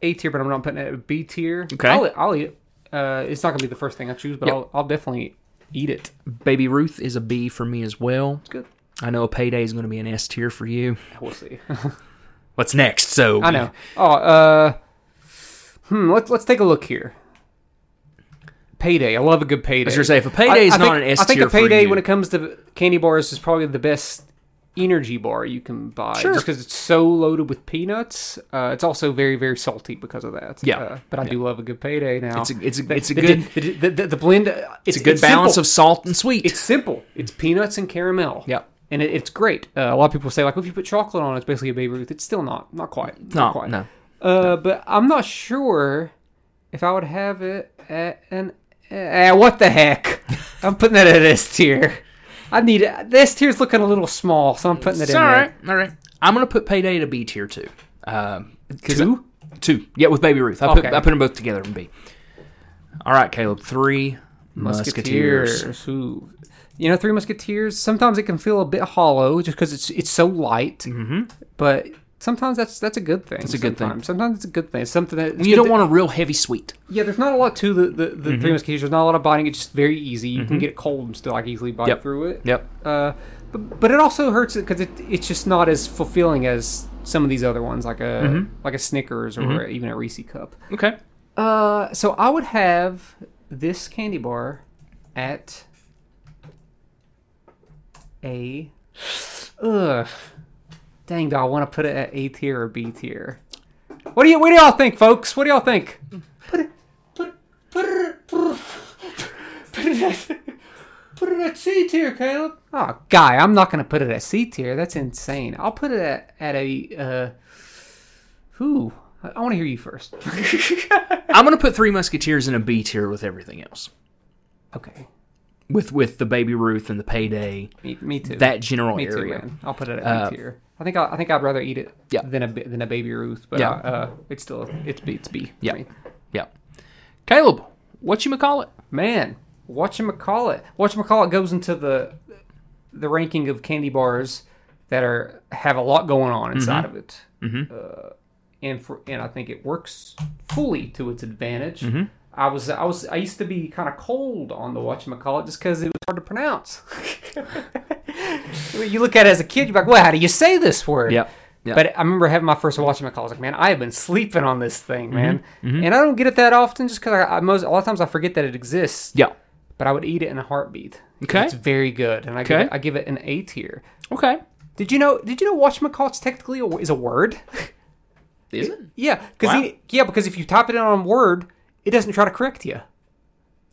S2: A tier, but I'm not putting it at B tier.
S1: Okay.
S2: I'll, I'll eat it. Uh, it's not going to be the first thing I choose, but
S1: Yep.
S2: I'll, I'll definitely eat it.
S1: Baby Ruth is a B for me as well.
S2: It's good.
S1: I know a payday is going to be an S tier for you.
S2: We'll see.
S1: What's next? So
S2: I know. Oh, uh, hmm. Let's let's take a look here. Payday. I love a good payday.
S1: was gonna say, if a payday is
S2: I
S1: not
S2: think-
S1: an S
S2: I think
S1: tier
S2: a
S1: for
S2: payday
S1: you-
S2: when it comes to candy bars is probably the best energy bar you can buy,
S1: Sure.
S2: just because it's so loaded with peanuts. Uh, it's also very very salty because of that.
S1: Yeah.
S2: Uh, but I do love a good payday now.
S1: It's a- it's a- it's a
S2: the,
S1: good-
S2: the, the, the, the blend. uh, It's,
S1: it's a good balance
S2: simple.
S1: of salt and sweet.
S2: It's simple. It's peanuts and caramel.
S1: Yep.
S2: And it, it's great. Uh, a lot of people say like, well, if you put chocolate on, it, it's basically a Baby Ruth. It's still not. Not quite.
S1: no,
S2: Not quite.
S1: no.
S2: Uh, but I'm not sure if I would have it at an. Uh, what
S1: [laughs]
S2: the heck? I'm putting it at S tier. I need this tier's looking a little small, so I'm putting it
S1: It's
S2: in
S1: all
S2: there.
S1: right, all right. I'm going to put payday at a B tier too. Um, 'cause
S2: Two?
S1: I- two. Yeah, with Baby Ruth. I put
S2: Okay.
S1: I put them both together in B. All right, Caleb. Three musketeers.
S2: Musketeers. Ooh. You know, Three Musketeers. Sometimes it can feel a bit hollow just because it's it's so light. Mm-hmm. But sometimes that's that's a good thing. It's
S1: a good thing.
S2: Sometimes it's a good thing. It's something that it's
S1: You
S2: good
S1: don't Mm-hmm.
S2: to-
S1: want a real heavy sweet.
S2: Yeah, there's not a lot to the the, the Three Musketeers. There's not a lot of biting. It's just very easy. You can get it cold and still like easily bite
S1: Mm-hmm. Yep.
S2: through it.
S1: Yep.
S2: Uh, but, but it also hurts it because it, it's just not as fulfilling as some of these other ones, like a like a Snickers or even a Reese cup.
S1: Okay.
S2: Uh, so I would have this candy bar at a. Ugh. Dang, do I want to put it at A tier or B tier? What do you What do y'all think, folks? What do y'all think?
S3: Put, put it, put it, put it at, put it at C tier, Caleb.
S2: Oh, guy, I'm not gonna put it at C tier. That's insane. I'll put it at, at a. Uh, who? I, I want to hear you first. [laughs]
S1: I'm gonna put Three Musketeers in a B tier with everything else,
S2: okay,
S1: with with the Baby Ruth and the Payday,
S2: me, me too.
S1: that general
S2: me too,
S1: area.
S2: man. I'll put it at
S1: Uh,
S2: B tier. I think I, I think I'd rather eat it
S1: Yeah.
S2: than a bi- than a baby Ruth, but
S1: Yeah.
S2: uh, uh, it's still it's B. It's B.
S1: Yeah.
S2: I mean,
S1: yeah, Caleb, what you call it?
S2: man, watch him call it. Watch him call it goes into the the ranking of candy bars that are have a lot going on inside of it,
S1: Mhm.
S2: uh, and for and I think it works fully to its advantage. I was I was I used to be kind of cold on the watch call it just because it was hard to pronounce. [laughs] you look at it as a kid, you're like, well, how do you say this word?
S1: Yep. Yep.
S2: But I remember having my first watch call. I was like, man, I have been sleeping on this
S1: Mm-hmm.
S2: thing, man. And I don't get it that often just because I, I most a lot of times I forget that it exists.
S1: Yeah.
S2: But I would eat it in a heartbeat.
S1: Okay.
S2: It's very good, and I give
S1: Okay.
S2: it, I give it an A tier.
S1: Okay.
S2: Did you know? Did you know watch it's technically a, is a word? [laughs]
S1: Is it?
S2: yeah, because
S1: Wow.
S2: yeah, because if you type it in on Word, it doesn't try to correct you.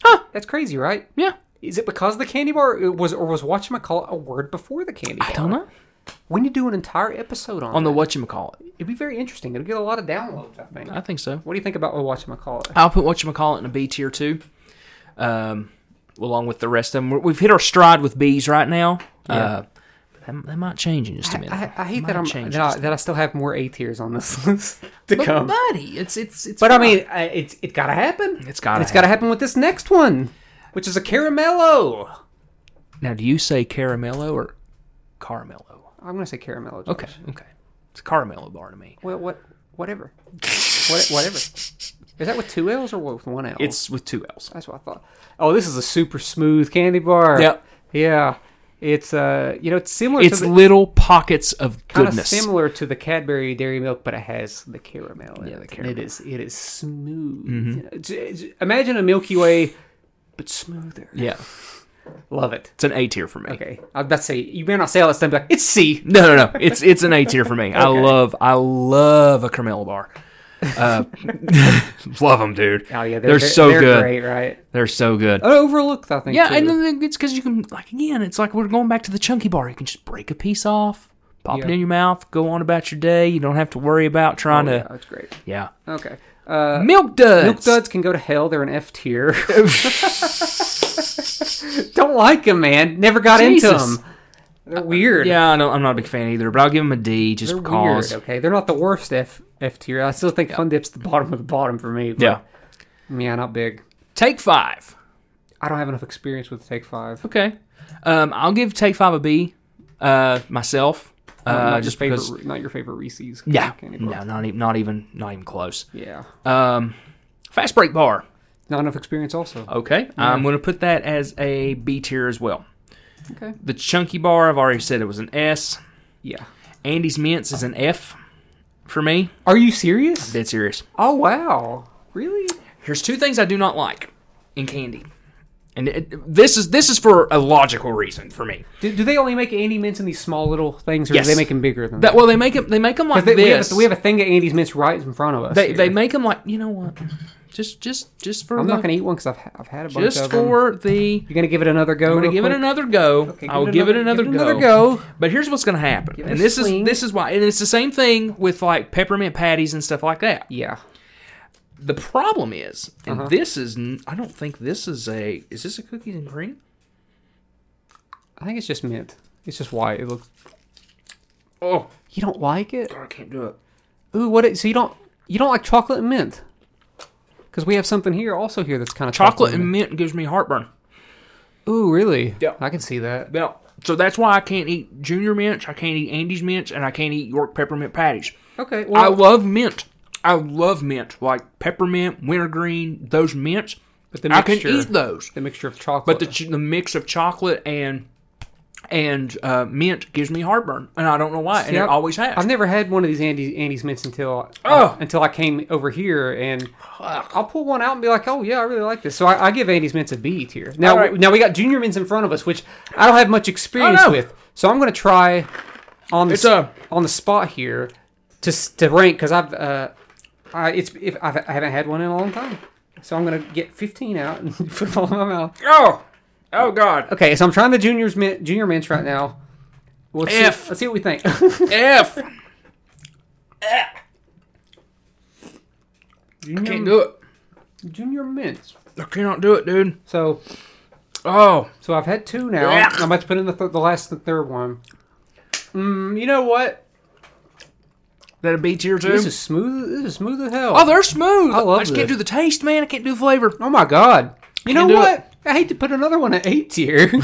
S1: Huh.
S2: That's crazy, right?
S1: Yeah.
S2: Is it because the candy bar it was, or was watch a word before the candy bar?
S1: I don't know.
S2: We need to do an entire episode on
S1: On the
S2: that.
S1: what you call it?
S2: It'd be very interesting. It'll get a lot of downloads, I think.
S1: I think so.
S2: What do you think about watch call it?
S1: I'll put what you call it in a B tier too, um, along with the rest of them. We're- We've hit our stride with Bs right now. Uh, but that, that might change in just a minute.
S2: I, I hate
S1: Might
S2: that I'm
S1: change
S2: that I,
S1: just-
S2: that I still have more A tiers on this [laughs] list to come. But,
S1: buddy, it's it's it's.
S2: I
S1: fine.
S2: mean, I- it's it gotta happen.
S1: It's gotta
S2: It's gotta happen with this next one, which is a caramello.
S1: now, do you say caramello or caramello?
S2: I'm gonna say caramello. Josh.
S1: Okay, okay, it's a caramello bar to me.
S2: Well, what? [laughs] Whatever. what, whatever. Is that with two L's or with one L?
S1: It's with two L's.
S2: That's what I thought. Oh, this is a super smooth candy bar.
S1: Yep.
S2: Yeah. It's uh, you know, it's similar.
S1: It's
S2: to the,
S1: little pockets of
S2: kind of
S1: goodness.
S2: similar to the Cadbury Dairy Milk, but it has the caramel. In
S1: Yeah, the
S2: it. And
S1: caramel. Mm-hmm.
S2: it is it is smooth. You know, it's- it's- imagine a Milky Way, but smoother.
S1: yeah,
S2: Love it.
S1: it's an A tier for me.
S2: Okay, I was about to say you better not say all that stuff. Be Like it's C.
S1: No, no, no. It's it's an A tier for me. I
S2: Okay.
S1: love I love a Carmelo bar. Uh, [laughs] love them, dude.
S2: Oh yeah, they're,
S1: They're so
S2: they're
S1: good.
S2: Great, right?
S1: They're so good.
S2: I overlooked. I think.
S1: yeah,
S2: too.
S1: and then it's because you can like again, it's like we're going back to the chunky bar. You can just break a piece off, pop it
S2: Yeah.
S1: in your mouth, go on about your day. You don't have to worry about
S2: Oh,
S1: trying
S2: yeah,
S1: to
S2: that's great.
S1: yeah.
S2: Okay. Uh,
S1: Milk duds.
S2: Milk duds can go to hell. They're an
S1: [laughs]
S2: F tier. Don't like them, man. Never got into
S1: Jesus.
S2: them. They're weird.
S1: Yeah, I don't, I'm not a big fan either, but I'll give them a D just
S2: they're
S1: because.
S2: weird. Okay, they're not the worst F F tier. I still think Fun Dip's the bottom of the bottom for me. But
S1: Yeah.
S2: yeah, not big.
S1: Take five.
S2: I don't have enough experience with Take Five.
S1: Okay. Um, I'll give Take Five a B. Uh, myself.
S2: not
S1: Uh,
S2: your
S1: just
S2: favorite,
S1: because.
S2: not your favorite Reese's.
S1: Yeah.
S2: candy bar.
S1: No, not even, not even, not even close.
S2: yeah,
S1: Um, fast break bar.
S2: not enough experience. Also,
S1: Okay, I'm going to put that as a B tier as well.
S2: okay,
S1: The chunky bar, I've already said it was an S.
S2: yeah.
S1: Andy's mints is an F for me.
S2: Are you serious?
S1: Dead serious.
S2: Oh wow, really?
S1: Here's two things I do not like in candy, and it, this is this is for a logical reason for me.
S2: Do, do they only make Andy mints in these small little things, or
S1: Yes.
S2: do they make them bigger than that?
S1: That well, they make them they make them like
S2: They- we, have
S1: this.
S2: a, we have a thing at Andy's Mints right in front of us.
S1: they
S2: here.
S1: they make them like you know what? Just just just for
S2: I'm
S1: the,
S2: not going to eat one because I've, I've had a bunch
S1: just
S2: of them.
S1: for the.
S2: You're going to give it another go.
S1: I'm gonna give it another go.
S2: Okay, give
S1: I'll
S2: it
S1: give it
S2: another-
S1: another
S2: give it
S1: go.
S2: another go.
S1: But here's what's gonna happen,
S2: it
S1: and
S2: a
S1: this
S2: swing.
S1: is this is why, and it's the same thing with like peppermint patties and stuff like that.
S2: Yeah.
S1: The problem is, and
S2: Uh-huh.
S1: this is, n- I don't think this is a. Is this a cookies and cream?
S2: I think it's just mint. It's just white. It looks.
S1: Oh,
S2: You don't like it?
S1: God, I can't do it.
S2: Ooh, what? It, so you don't you don't like chocolate and mint? Because we have something here also here that's kind of
S1: Chocolate and mint gives me heartburn.
S2: Ooh, really?
S1: Yeah.
S2: I can see that.
S1: Now, so that's why I can't eat Junior Mints, I can't eat Andy's Mints, and I can't eat York peppermint patties. I
S2: Okay. Well,
S1: love mint. I love mint, like peppermint, wintergreen, those mints.
S2: but the
S1: I
S2: mixture,
S1: can eat those.
S2: the mixture of chocolate.
S1: but the ch- the mix of chocolate and and uh, mint gives me heartburn, and I don't know why, and
S2: Yeah,
S1: it always has.
S2: I've never had one of these Andy, Andy's mints until uh,
S1: Oh.
S2: until I came over here, and I'll pull one out and be like, "Oh yeah, I really like this." So I, I give Andy's mints a B tier. Now,
S1: All right.
S2: now we got junior mints in front of us, which I don't have much experience
S1: Oh, no.
S2: with. So I'm going to try on the
S1: It's
S2: s-
S1: a-
S2: on the spot here to s- to rank because I've uh, I it's if I've, I haven't had one in a long time, so I'm gonna get 15 out and [laughs] put them all in my mouth.
S1: Oh, oh God.
S2: Okay, so I'm trying the juniors min, junior mints right now. Well, let's,
S1: F.
S2: See, let's see what
S1: [laughs]
S2: we think.
S1: F.
S2: junior,
S1: Can't do it.
S2: Junior mints.
S1: I cannot do it, dude.
S2: So
S1: Oh,
S2: so I've had two now.
S1: Yeah.
S2: I'm about to put in the th- the last the third one. Mm, you know what?
S1: that'd be tier two.
S2: This is smooth. This is smooth as hell.
S1: oh, they're smooth.
S2: I love
S1: I just can't
S2: this.
S1: do the taste, man. I can't do the flavor.
S2: Oh my god! You
S1: Can't
S2: know
S1: do
S2: what? I hate to put another one at eight tier.
S1: [laughs]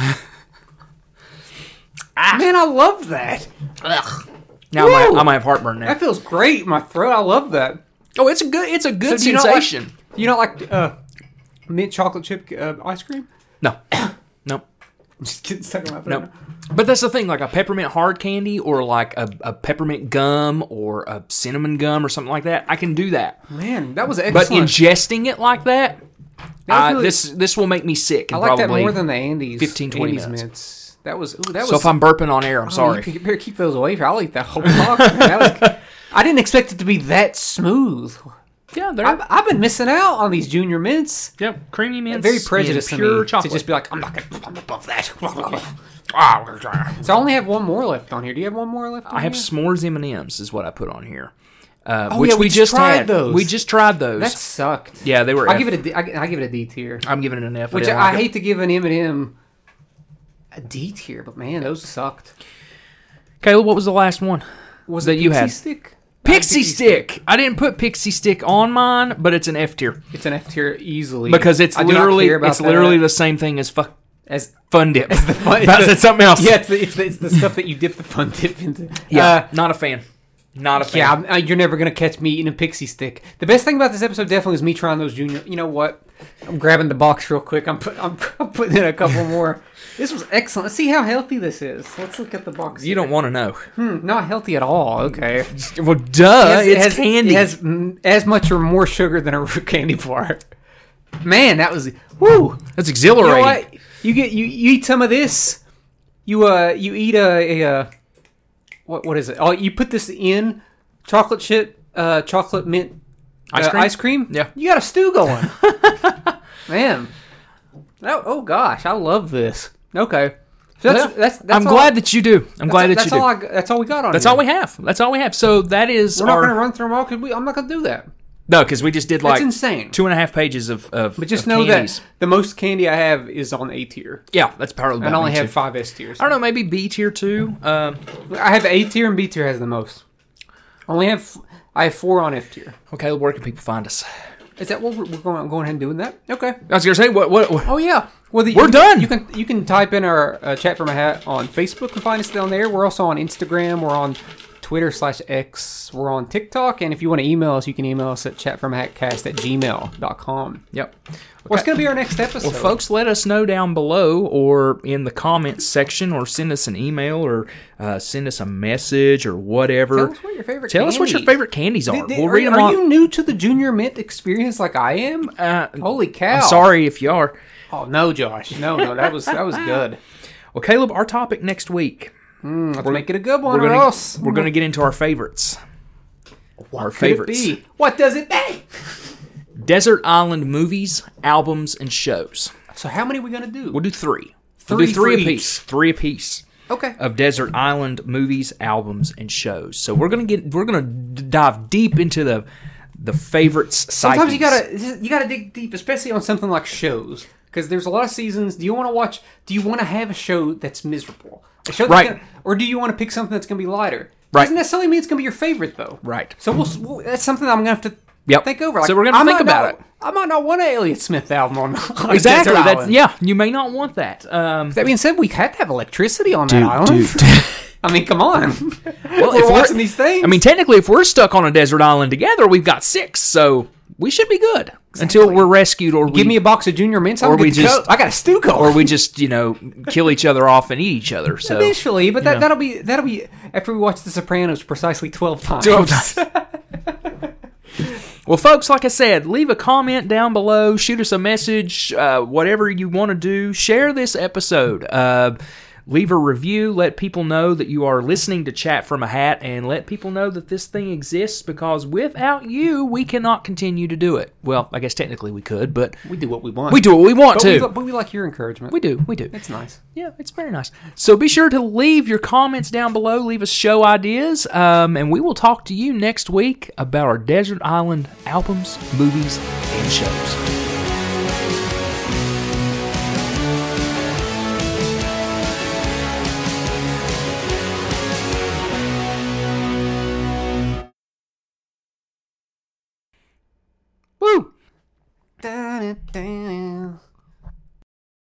S1: Ah.
S2: Man, I love that.
S1: Ugh. Now I might,
S2: Woo.
S1: I might have heartburn now.
S2: That feels great in my throat. I love that.
S1: Oh, it's a good, it's a good
S2: So do you not like-
S1: sensation.
S2: You know, like uh, mint chocolate chip uh, ice cream. [laughs]
S1: No, [coughs] no,
S2: I'm just getting stuck in my throat.
S1: no. But that's the thing, like a peppermint hard candy or like a, a peppermint gum or a cinnamon gum or something like that. I can do that,
S2: Man, that was
S1: but
S2: excellent.
S1: ingesting it like that,
S2: That was
S1: uh,
S2: really-
S1: this this will make me sick.
S2: I
S1: And
S2: like that
S1: probably-
S2: more than the Andes.
S1: 15, 20
S2: Andes
S1: minutes.
S2: mints. That was. Ooh, that
S1: So
S2: was.
S1: if I'm burping on air, I'm
S2: Oh,
S1: sorry.
S2: You could- better keep those away. I'll eat that whole box. man.
S1: [laughs]
S2: That was- I didn't expect it to be that smooth.
S1: yeah, they're
S2: I've, I've been missing out on these junior mints.
S1: yeah, creamy mints,
S2: very prejudiced
S1: and
S2: of
S1: pure
S2: me
S1: chocolate.
S2: to just be like, I'm not gonna. I'm above that.
S1: [laughs] Ah, we're trying.
S2: so I only have one more left on here. Do you have one more left? On
S1: I have
S2: Here?
S1: s'mores M and M's is what I put on here, uh,
S2: Oh,
S1: which
S2: yeah, we just
S1: just
S2: tried
S1: had.
S2: those.
S1: We just tried those.
S2: That sucked.
S1: yeah, they were.
S2: I
S1: F.
S2: give it a D, I, I give it a D tier,
S1: I'm giving it an F.
S2: which
S1: didn't
S2: I,
S1: like it.
S2: hate to give an M and M a D tier, but man, those sucked.
S1: Caleb, what was the last one?
S2: Was
S1: That
S2: it
S1: you
S2: Pixie
S1: had.
S2: stick?
S1: Pixie,
S2: Uh,
S1: stick. I didn't put Pixie stick on mine, but it's an F tier
S2: It's an F tier easily
S1: because it's
S2: I do not
S1: literally
S2: care about
S1: it's literally
S2: that.
S1: the same thing as fu-
S2: as
S1: Fun Dip.
S2: the
S1: [laughs]
S2: fun-
S1: That's it's something else.
S2: yeah, it's the, it's, the, it's the stuff that you dip the fun dip into.
S1: yeah.
S2: Uh,
S1: not a fan. Not a fan.
S2: Yeah, I'm, uh, you're never gonna catch me eating a pixie stick. The best thing about this episode definitely is me trying those junior. You know what? I'm grabbing the box real quick. I'm put, I'm, [laughs] I'm putting in a couple more. This was excellent. Let's see how healthy this is. Let's look at the box.
S1: you don't want to
S2: [laughs]
S1: know.
S2: Hmm, not healthy at all. Okay. Uh,
S1: Well, duh.
S2: It has- It has mm, as much or more sugar than a root candy bar. Man, that was woo.
S1: That's
S2: You know
S1: exhilarating.
S2: what? You get you, you eat some of this. You uh you eat a, a uh what what is it? Oh, you put this in chocolate chip uh chocolate mint
S1: Ice
S2: uh,
S1: cream?
S2: Ice cream.
S1: Yeah.
S2: you got a
S1: [laughs]
S2: stew going. Man, oh, oh gosh, I love this. Okay, so that's,
S1: Yeah.
S2: that's, that's
S1: I'm
S2: all-
S1: glad that you do. I'm glad that
S2: that's
S1: you do.
S2: all I, that's all we got on.
S1: That's
S2: here.
S1: all we have. That's all we have. So that is
S2: We're
S1: our
S2: not gonna run through them all because we, I'm not gonna do that.
S1: no, because we just did
S2: That's
S1: like
S2: insane.
S1: two and a half pages of of.
S2: But just
S1: of
S2: know
S1: candies.
S2: that the most candy I have is on A tier,
S1: yeah, that's probably.
S2: and I
S1: about
S2: only
S1: me
S2: have
S1: too.
S2: five S tiers.
S1: I don't know, maybe B tier two. Um,
S2: I have A tier and B tier has the most. I only have I have four on F tier.
S1: okay, where can people find us?
S2: Is that what we're, we're going going ahead and doing that? Okay.
S1: I was gonna say what what, what
S2: Oh yeah. Well, the,
S1: We're
S2: you,
S1: done!
S2: You can you can type in our uh, chat from a hat on Facebook and find us down there. We're also on Instagram. We're on Twitter slash X. We're on TikTok. And if you want to email us, you can email us at chatfromhatcast at gmail.com.
S1: Yep.
S2: What's going to be our next episode?
S1: Well, folks, let us know down below or in the comments section or send us an email or uh, send us a message or whatever.
S2: Tell us what your favorite
S1: Tell us what your
S2: candies-
S1: favorite candies are.
S2: Did- did-
S1: we'll
S2: are,
S1: read them
S2: are
S1: on.
S2: you new to the junior mint experience like I am?
S1: uh,
S2: Holy cow!
S1: I'm sorry if you are.
S2: Oh no, Josh. No, no, that
S1: [laughs]
S2: was that was good.
S1: Well, Caleb, our topic next week.
S2: Let's make it a good one,
S1: We're
S2: or
S1: gonna,
S2: else
S1: we're gonna get into our favorites. our
S2: Could it
S1: favorites.
S2: be? What does it be?
S1: Desert Island movies, albums, and shows.
S2: So how many are we gonna do?
S1: We'll do three. We'll do
S2: Three for
S1: three
S2: each.
S1: apiece. Three apiece.
S2: Okay.
S1: of desert island movies, albums, and shows. So we're gonna get we're gonna d- dive deep into the the favorites. psyches.
S2: Sometimes you gotta you gotta dig deep, especially on something like shows, because there's a lot of seasons. Do you want to watch? Do you want to have a show that's miserable? A show that's
S1: Right.
S2: Gonna, or do you want to pick something that's gonna be lighter?
S1: Right.
S2: Doesn't necessarily mean it's gonna be your favorite though.
S1: Right.
S2: So we'll, we'll that's something I'm gonna have to.
S1: Yep.
S2: Think over.
S1: So we're gonna
S2: I
S1: think
S2: might
S1: about
S2: not- I might not want an Elliott Smith album on [laughs] on
S1: exactly.
S2: Desert
S1: That's,
S2: Island.
S1: yeah, you may not want that. Um,
S2: That being said, we had to have electricity on that island. [laughs]
S1: dude,
S2: I mean, come on. well,
S1: if
S2: we're
S1: we're-
S2: watching these things.
S1: I mean, technically, if we're stuck on a desert island together, we've got six, so we should be good until we're rescued or we,
S2: give me a box of Junior Mints. I'm
S1: Or
S2: good
S1: we
S2: to
S1: just-
S2: go. I got a stew going.
S1: or we just you know kill each other off and eat each
S2: [laughs]
S1: other. So
S2: Eventually, but that, that'll be that'll be after we watch The Sopranos precisely twelve times.
S1: 12 times. Well, folks, like I said, leave a comment down below, shoot us a message, uh, whatever you want to do. Share this episode. Uh, Leave a review. Let people know that you are listening to Chat from a Hat and let people know that this thing exists because without you, we cannot continue to do it. Well, I guess technically we could, but
S2: We do what we want.
S1: we do what we want
S2: but
S1: to.
S2: we, li- but we like your encouragement.
S1: we do. We do.
S2: It's nice.
S1: Yeah, it's very nice. So be sure to leave your comments down below. Leave us show ideas, um, and we will talk to you next week about our Desert Island albums, movies, and shows. Woo!
S2: Dun, dun, dun.